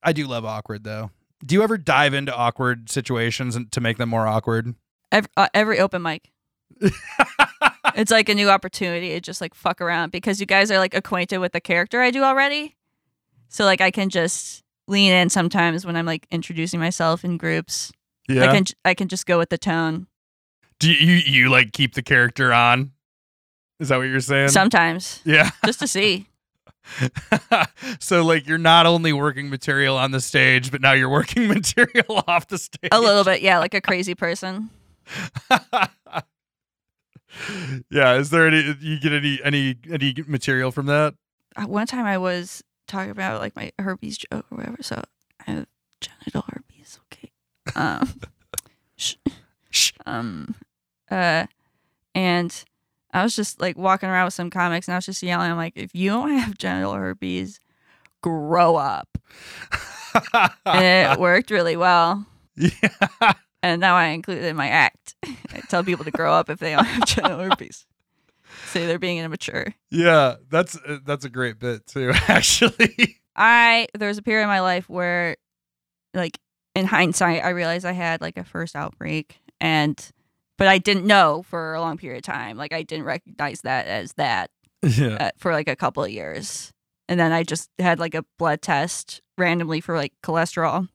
i do love awkward though do you ever dive into awkward situations and to make them more [laughs] awkward every, uh, every open mic. it's like a new opportunity to just like fuck around because you guys are like acquainted with the character I do already. So like I can just lean in sometimes when I'm like introducing myself in groups. I can j- I can just go with the tone Do you, you you like keep the character on? Is that what you're saying? sometimes yeah. [laughs] just to see. so like you're not only working material on the stage, but now you're working [laughs] material off the stage. A little bit, yeah, like a crazy person. [laughs] yeah. Is there any you get any any any material from that? [laughs] Uh, One time I was talking about like my herpes joke or whatever, so I have genital herpes, okay. Um Shh. um uh and i was just like walking around with some comics and i was just yelling i'm like if you don't have genital herpes grow up and it worked really well yeah. and now i include it in my act [laughs] i tell people to grow up if they don't have genital herpes say they're being immature Yeah. That's uh, that's a great bit too. [laughs] Actually. I there was a period in my life where, like in hindsight, I realized I had like a first outbreak, and but I didn't know for a long period of time. Like I didn't recognize that as that Yeah. uh, for like a couple of years, and then I just had like a blood test randomly for like cholesterol,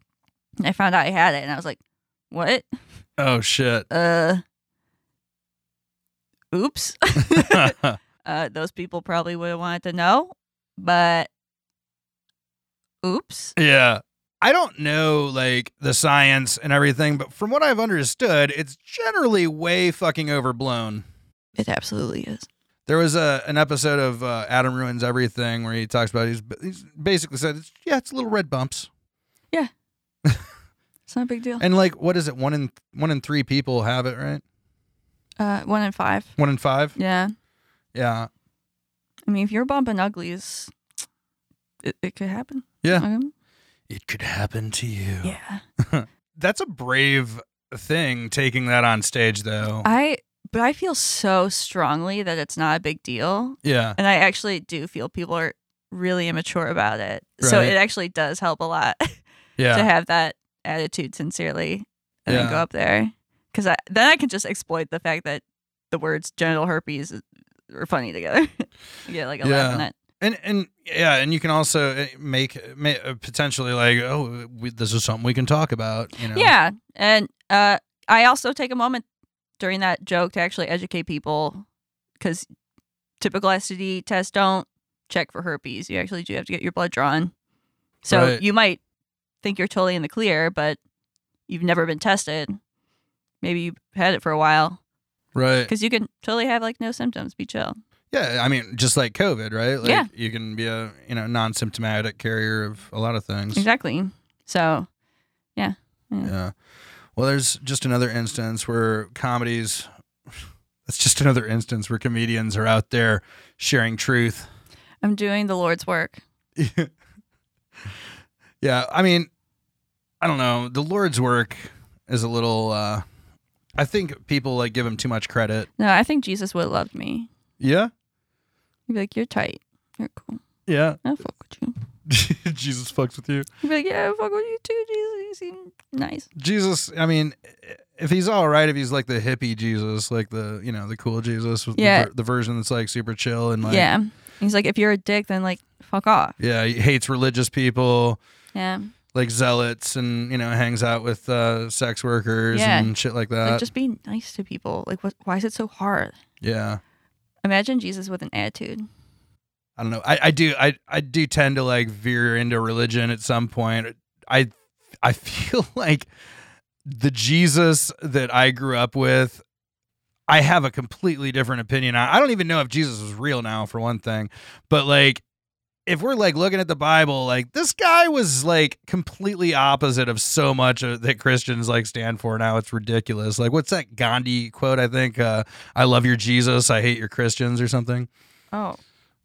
and I found out I had it, and I was like, what? Oh [laughs] shit. [laughs] Uh, oops. [laughs] uh, those people probably would have wanted to know, but oops. Yeah. I don't know like the science and everything, but from what I've understood, it's generally way fucking overblown. It absolutely is. There was a an episode of uh, Adam ruins everything where he talks about he's, he's basically said it's, yeah, it's little red bumps. It's not a big deal. And like what is it? One in one in 3 people have it, right? Uh, one in five. One in five. Yeah. Yeah. I mean, if you're bumping uglies, it, it could happen. Yeah. Um, It could happen to you. yeah. That's a brave thing taking that on stage, though. I, but I feel so strongly that it's not a big deal. yeah. And I actually do feel people are really immature about it. So Right. it actually does help a lot [laughs] to Yeah. have that attitude sincerely and then go Yeah. up there. Because I, then I can just exploit the fact that the words genital herpes is- are funny together. [laughs] yeah, like a laugh Yeah. on that. And and yeah, and you can also eh, make, make uh, potentially like, oh, we, this is something we can talk about. You know. Yeah. And uh, I also take a moment during that joke to actually educate people because typical STD tests don't check for herpes. You actually do have to get your blood drawn. So Right. you might think you're totally in the clear, but you've never been tested. Maybe you've had it for a while Right. because you can totally have like no symptoms. Be chill. Yeah, I mean, just like COVID, right? Like Yeah. You can be a you know non-symptomatic carrier of a lot of things. Exactly. So Yeah. Well, there's just another instance where comedies. [sighs] That's just another instance where comedians are out there sharing truth. I'm doing the Lord's work. [laughs] yeah, I mean, I don't know. The Lord's work is a little. uh I think people like give him too much credit. No, I think Jesus would have loved me. Yeah. He'd be like, You're tight. You're cool. Yeah. I'll fuck with you. [laughs] Jesus fucks with you. He'd be like, yeah, fuck with you too, Jesus. You seem nice. Jesus, I mean, if he's all right, if he's like the hippie Jesus, like the you know the cool Jesus, with the Yeah. ver- the, version that's like super chill and like yeah. He's like, if you're a dick, then like, fuck off. yeah, he hates religious people Yeah. like zealots and you know hangs out with uh, sex workers Yeah. and shit like that. like, just be nice to people. Like, what, why is it so hard? yeah, Imagine Jesus with an attitude. I don't know. I, I do I I do tend to like veer into religion at some point. I I [laughs] feel like the Jesus that I grew up with. I have a completely different opinion. I I don't even know if Jesus was real now, for one thing. But like, if we're like looking at the Bible, like this guy was like completely opposite of so much of, that Christians like stand for now. It's ridiculous. Like, what's that Gandhi quote? I think, uh, "I love your Jesus, I hate your Christians" or something. Oh,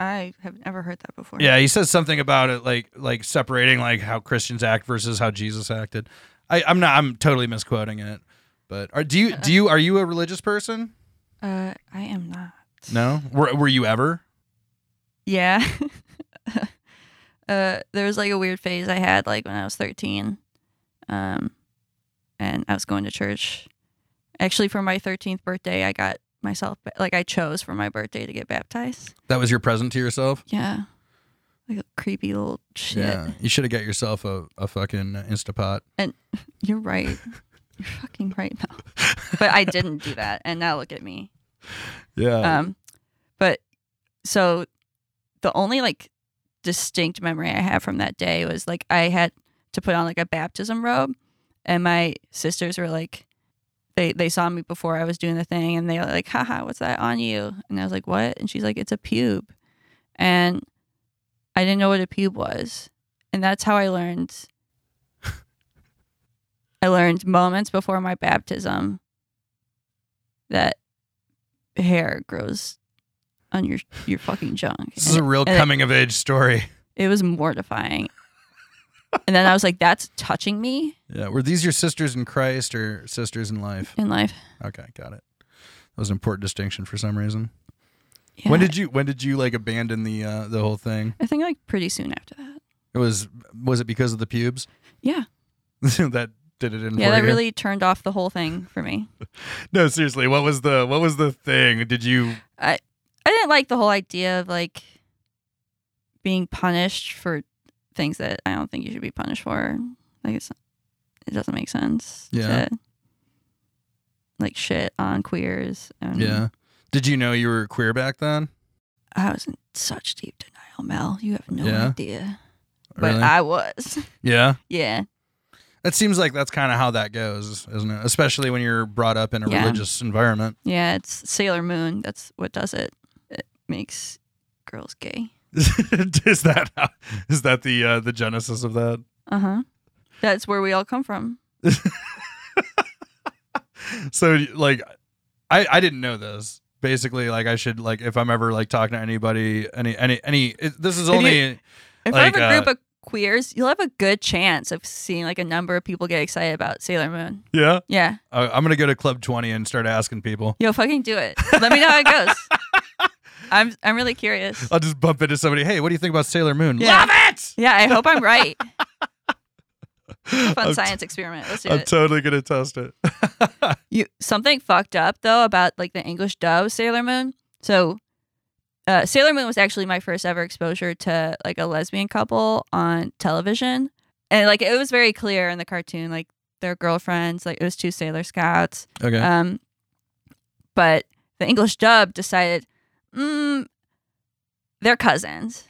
I have never heard that before. Yeah, he says something about it, like like separating like how Christians act versus how Jesus acted. I, I'm not. I'm totally misquoting it. But are do you do you are you a religious person? Uh, I am not. No. Were Were you ever? Yeah. [laughs] uh, there was like a weird phase I had like when I was 13. Um, and I was going to church. Actually, for my 13th birthday, I got myself, like, I chose for my birthday to get baptized. That was your present to yourself. Yeah. Like a creepy little shit. You should have got yourself a a fucking Instapot. You're right. You're fucking right now. But I didn't do that. And now look at me. Yeah. Um but so the only like distinct memory I have from that day was like I had to put on like a baptism robe and my sisters were like they they saw me before I was doing the thing and they were like, haha, what's that on you? And I was like, What? And she's like, It's a pube. And I didn't know what a pube was. And that's how I learned I learned moments before my baptism that hair grows on your your fucking junk. this is a real and it- coming of age story. It was mortifying. and then I was like, that's touching me Yeah. Were these your sisters in Christ or sisters in life? in life. Okay, got it. That was an important distinction for some reason. Yeah. When did you when did you like abandon the uh, the whole thing? I think like pretty soon after that. It was was it because of the pubes? Yeah. [laughs] that did it in Yeah, for that you? really turned off the whole thing for me. no seriously what was the what was the thing did you I didn't like the whole idea of like being punished for things that I don't think you should be punished for. Like it's it doesn't make sense. Yeah. to, like shit on queers. And yeah did you know you were queer back then I was in such deep denial, Mel. You have no Yeah. idea. But Really? I was. [laughs] yeah yeah. that seems like that's kind of how that goes isn't it especially when you're brought up in a Yeah. religious environment [laughs] Yeah, it's Sailor Moon. That's what does it. It makes girls gay. is that how, is that the uh, the genesis of that Uh huh. That's where we all come from. so like I I didn't know this. Basically, like I should like if I'm ever like talking to anybody, any any any. It, this is If you- only. If Like, I have a group uh, of queers, you'll have a good chance of seeing like a number of people get excited about Sailor Moon. yeah, Yeah, I, I'm gonna go to Club Twenty and start asking people. yo, fucking do it. Let me know how it goes. [laughs] I'm I'm really curious. I'll just bump into somebody. Hey, what do you think about Sailor Moon? Yeah. Love it. Yeah, I hope [laughs] I'm right. Fun I'm t- science experiment. Let's do I'm it. totally gonna test it. [laughs] You something fucked up though about like the English dub Sailor Moon. So uh, Sailor Moon was actually my first ever exposure to like a lesbian couple on television, and like it was very clear in the cartoon, like their girlfriends, like it was two Sailor Scouts, Okay. Um, but the English dub decided, mm, they're cousins.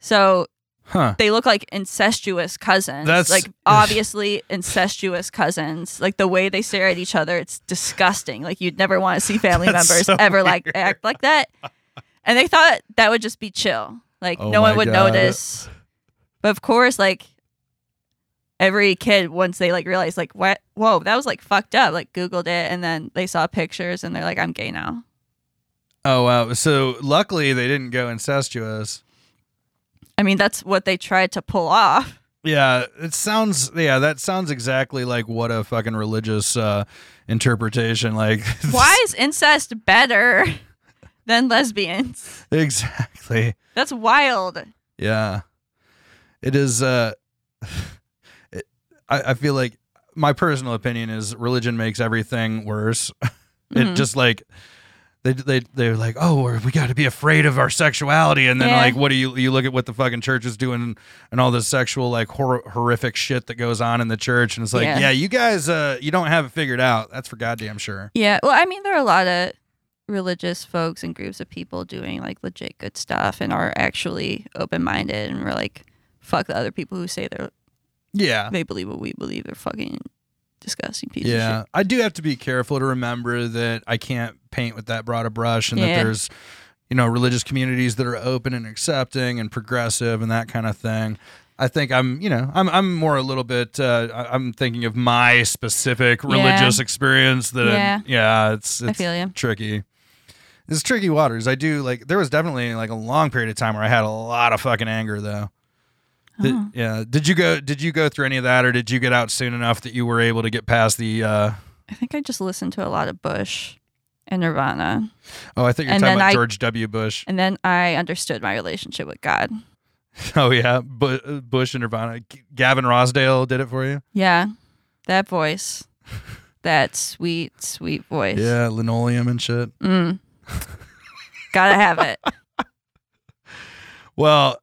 So huh. they look like incestuous cousins. That's- [laughs] like obviously incestuous cousins. Like the way they stare at each other, it's disgusting. Like you'd never want to see family That's members so ever like weird. act like that. And they thought that would just be chill. Like Oh no one my would God. notice. But of course, like every kid once they like realized like what whoa, that was like fucked up. Like Googled it and then they saw pictures and they're like, I'm gay now. Oh wow. So luckily they didn't go incestuous. I mean, that's what they tried to [laughs] pull off. Yeah, it sounds yeah, that sounds exactly like what a fucking religious uh interpretation like [laughs] Why is incest better [laughs] than lesbians? exactly. That's wild. Yeah. It is uh [sighs] it, I, I feel like my personal opinion is religion makes everything worse. Mhm. It just like they they they're like, "Oh, we're, we got to be afraid of our sexuality." And then Yeah. like what do you you look at what the fucking church is doing and all this sexual like hor- horrific shit that goes on in the church and it's like, Yeah. "Yeah, you guys uh you don't have it figured out." That's for goddamn sure. Yeah. Well, I mean, there are a lot of religious folks and groups of people doing like legit good stuff and are actually open minded and we're like, fuck the other people who say they're Yeah. they believe what we believe. They're fucking disgusting people. Yeah, I do have to be careful to remember that I can't paint with that broad a brush, and Yeah. that there's, you know, religious communities that are open and accepting and progressive and that kind of thing. I think I'm, you know, I'm, I'm more a little bit. Uh, I- I'm thinking of my specific religious experience. That Yeah. yeah, yeah it's, I it's feel you. tricky. It's tricky waters. I do like. There was definitely like a long period of time where I had a lot of fucking anger though. Did- Oh. yeah. Did you go? Did you go through any of that, or did you get out soon enough that you were able to get past the? uh I think I just listened to a lot of Bush and Nirvana. Oh, I think you're And talking then about I- George W. Bush. [laughs] And then I understood my relationship with God. Oh yeah, Bu- Bush and Nirvana. G- Gavin Rosdale did it for you. Yeah. [laughs] That voice. that sweet, sweet voice. Yeah, linoleum and shit. Mm. Gotta [laughs] have it. Well,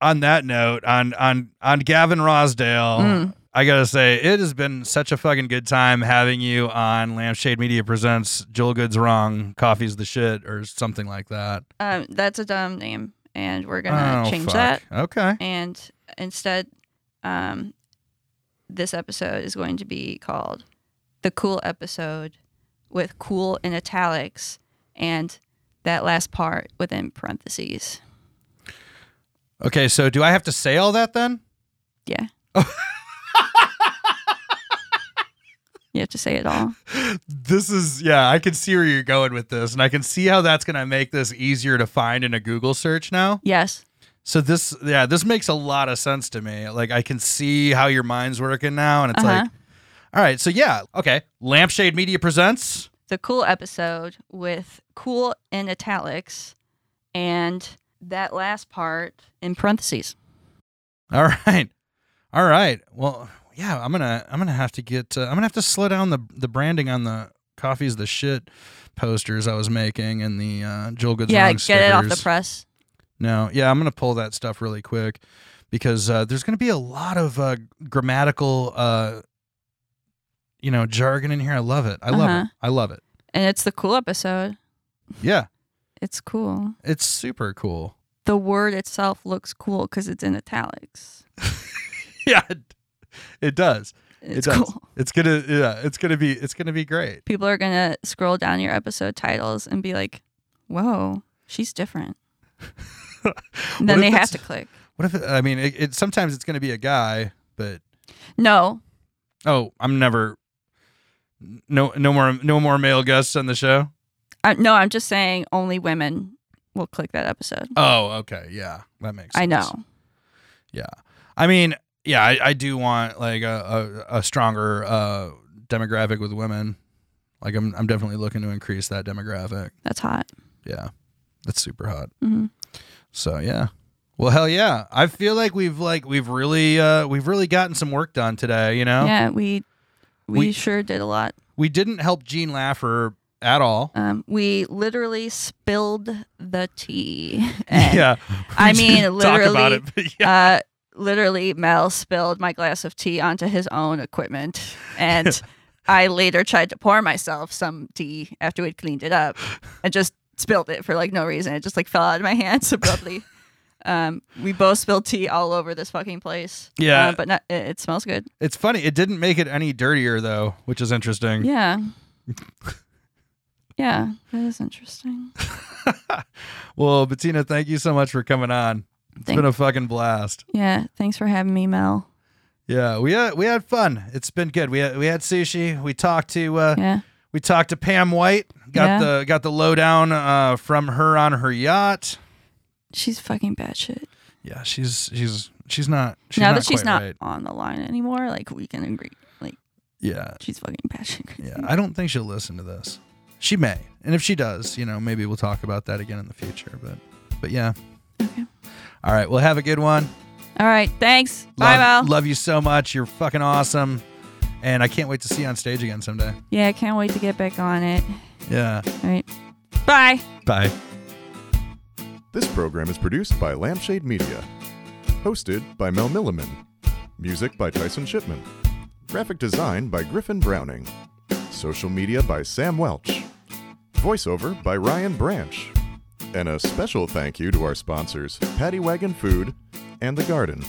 on that note, on on on Gavin Rosdale, Mm. I gotta say it has been such a fucking good time having you on Lampshade Media presents Joel Good's Wrong, Coffee's the Shit, or something like that. Um, that's a dumb name, and we're gonna Oh, change fuck. that. Okay. And instead, um, this episode is going to be called the Cool Episode, with "cool" in italics, and that last part within parentheses. Okay. So do I have to say all that then? Yeah. you have to say it [laughs] all. this is yeah i can see where you're going with this and i can see how that's going to make this easier to find in a google search now Yes. so this yeah this makes a lot of sense to me like i can see how your mind's working now and it's Uh-huh. like all right so yeah okay lampshade media presents the cool episode with cool in italics and that last part in parentheses. all right all right well yeah i'm gonna i'm gonna have to get uh, i'm gonna have to slow down the the branding on the coffee's the shit posters i was making and the uh joel goods yeah, Wrong get it off the stickers. press. No, yeah, I'm gonna pull that stuff really quick because uh, there's gonna be a lot of uh, grammatical, uh, you know, jargon in here. I love it. I Uh-huh. love it. I love it. And it's the cool episode. Yeah, It's cool. it's super cool. [laughs] The word itself looks cool because it's in italics. yeah, it, it does. It's it does. cool. [laughs] It's gonna yeah. It's gonna be it's gonna be great. People are going to scroll down your episode titles and be like, whoa, she's different. And then if they have it's- to click. What if it, I mean? It, it sometimes it's gonna be a guy, but No, oh, I'm never. No, no more, no more male guests on the show. Uh, no, I'm just saying only women will click that episode. Oh, okay, yeah, that makes. sense. I know. I mean, yeah, I, I do want like a a, a stronger uh, demographic with women. Like, I'm I'm definitely looking to increase that demographic. That's hot. Yeah, that's super hot. Mhm. So yeah. Well, hell yeah! I feel like we've like we've really uh we've really gotten some work done today. You know, Yeah, we, we We- sure did a lot. we didn't help Gene Laffer at all. Um, we literally spilled the tea. [laughs] And, yeah, [laughs] I we mean, didn't talk about literally, it. but [laughs] yeah. Uh, literally, Mel spilled my glass of tea onto his own equipment, [laughs] and I later tried to pour myself some tea after we'd cleaned it up, and just spilled it for like no reason. It just like fell out of my [laughs] hands abruptly. um, we both spilled tea all over this fucking place. Yeah. Uh, but not, it, it smells good. It's funny. It didn't make it any dirtier though, which is interesting. Yeah. Yeah, that is interesting. [laughs] Well, Bettina, thank you so much for coming on. It's Thank- been a fucking blast. Yeah, thanks for having me, Mel. Yeah, we had we had fun. It's been good. We had we had sushi. We talked to uh, Yeah. we talked to Pam White. Got Yeah. the got the lowdown uh, from her on her yacht. She's fucking batshit. Yeah, she's she's she's not. She's now not that she's quite not right. on the line anymore, like we can agree, like Yeah, she's fucking batshit crazy. yeah. I don't think she'll listen to this. She may, and if she does, you know, maybe we'll talk about that again in the future. But but yeah. Okay. All right. Well, have a good one. All right, thanks. Bye, Love, Mel. Love you so much. You're fucking awesome. And I can't wait to see you on stage again someday. yeah, can't wait to get back on it. Yeah. All right, bye. Bye. This program is produced by Lampshade Media. Hosted by Mel Milliman. Music by Tyson Shipman. Graphic design by Griffin Browning. Social media by Sam Welch. Voiceover by Ryan Branch. And a special thank you to our sponsors, Paddy Wagon Food and The Garden.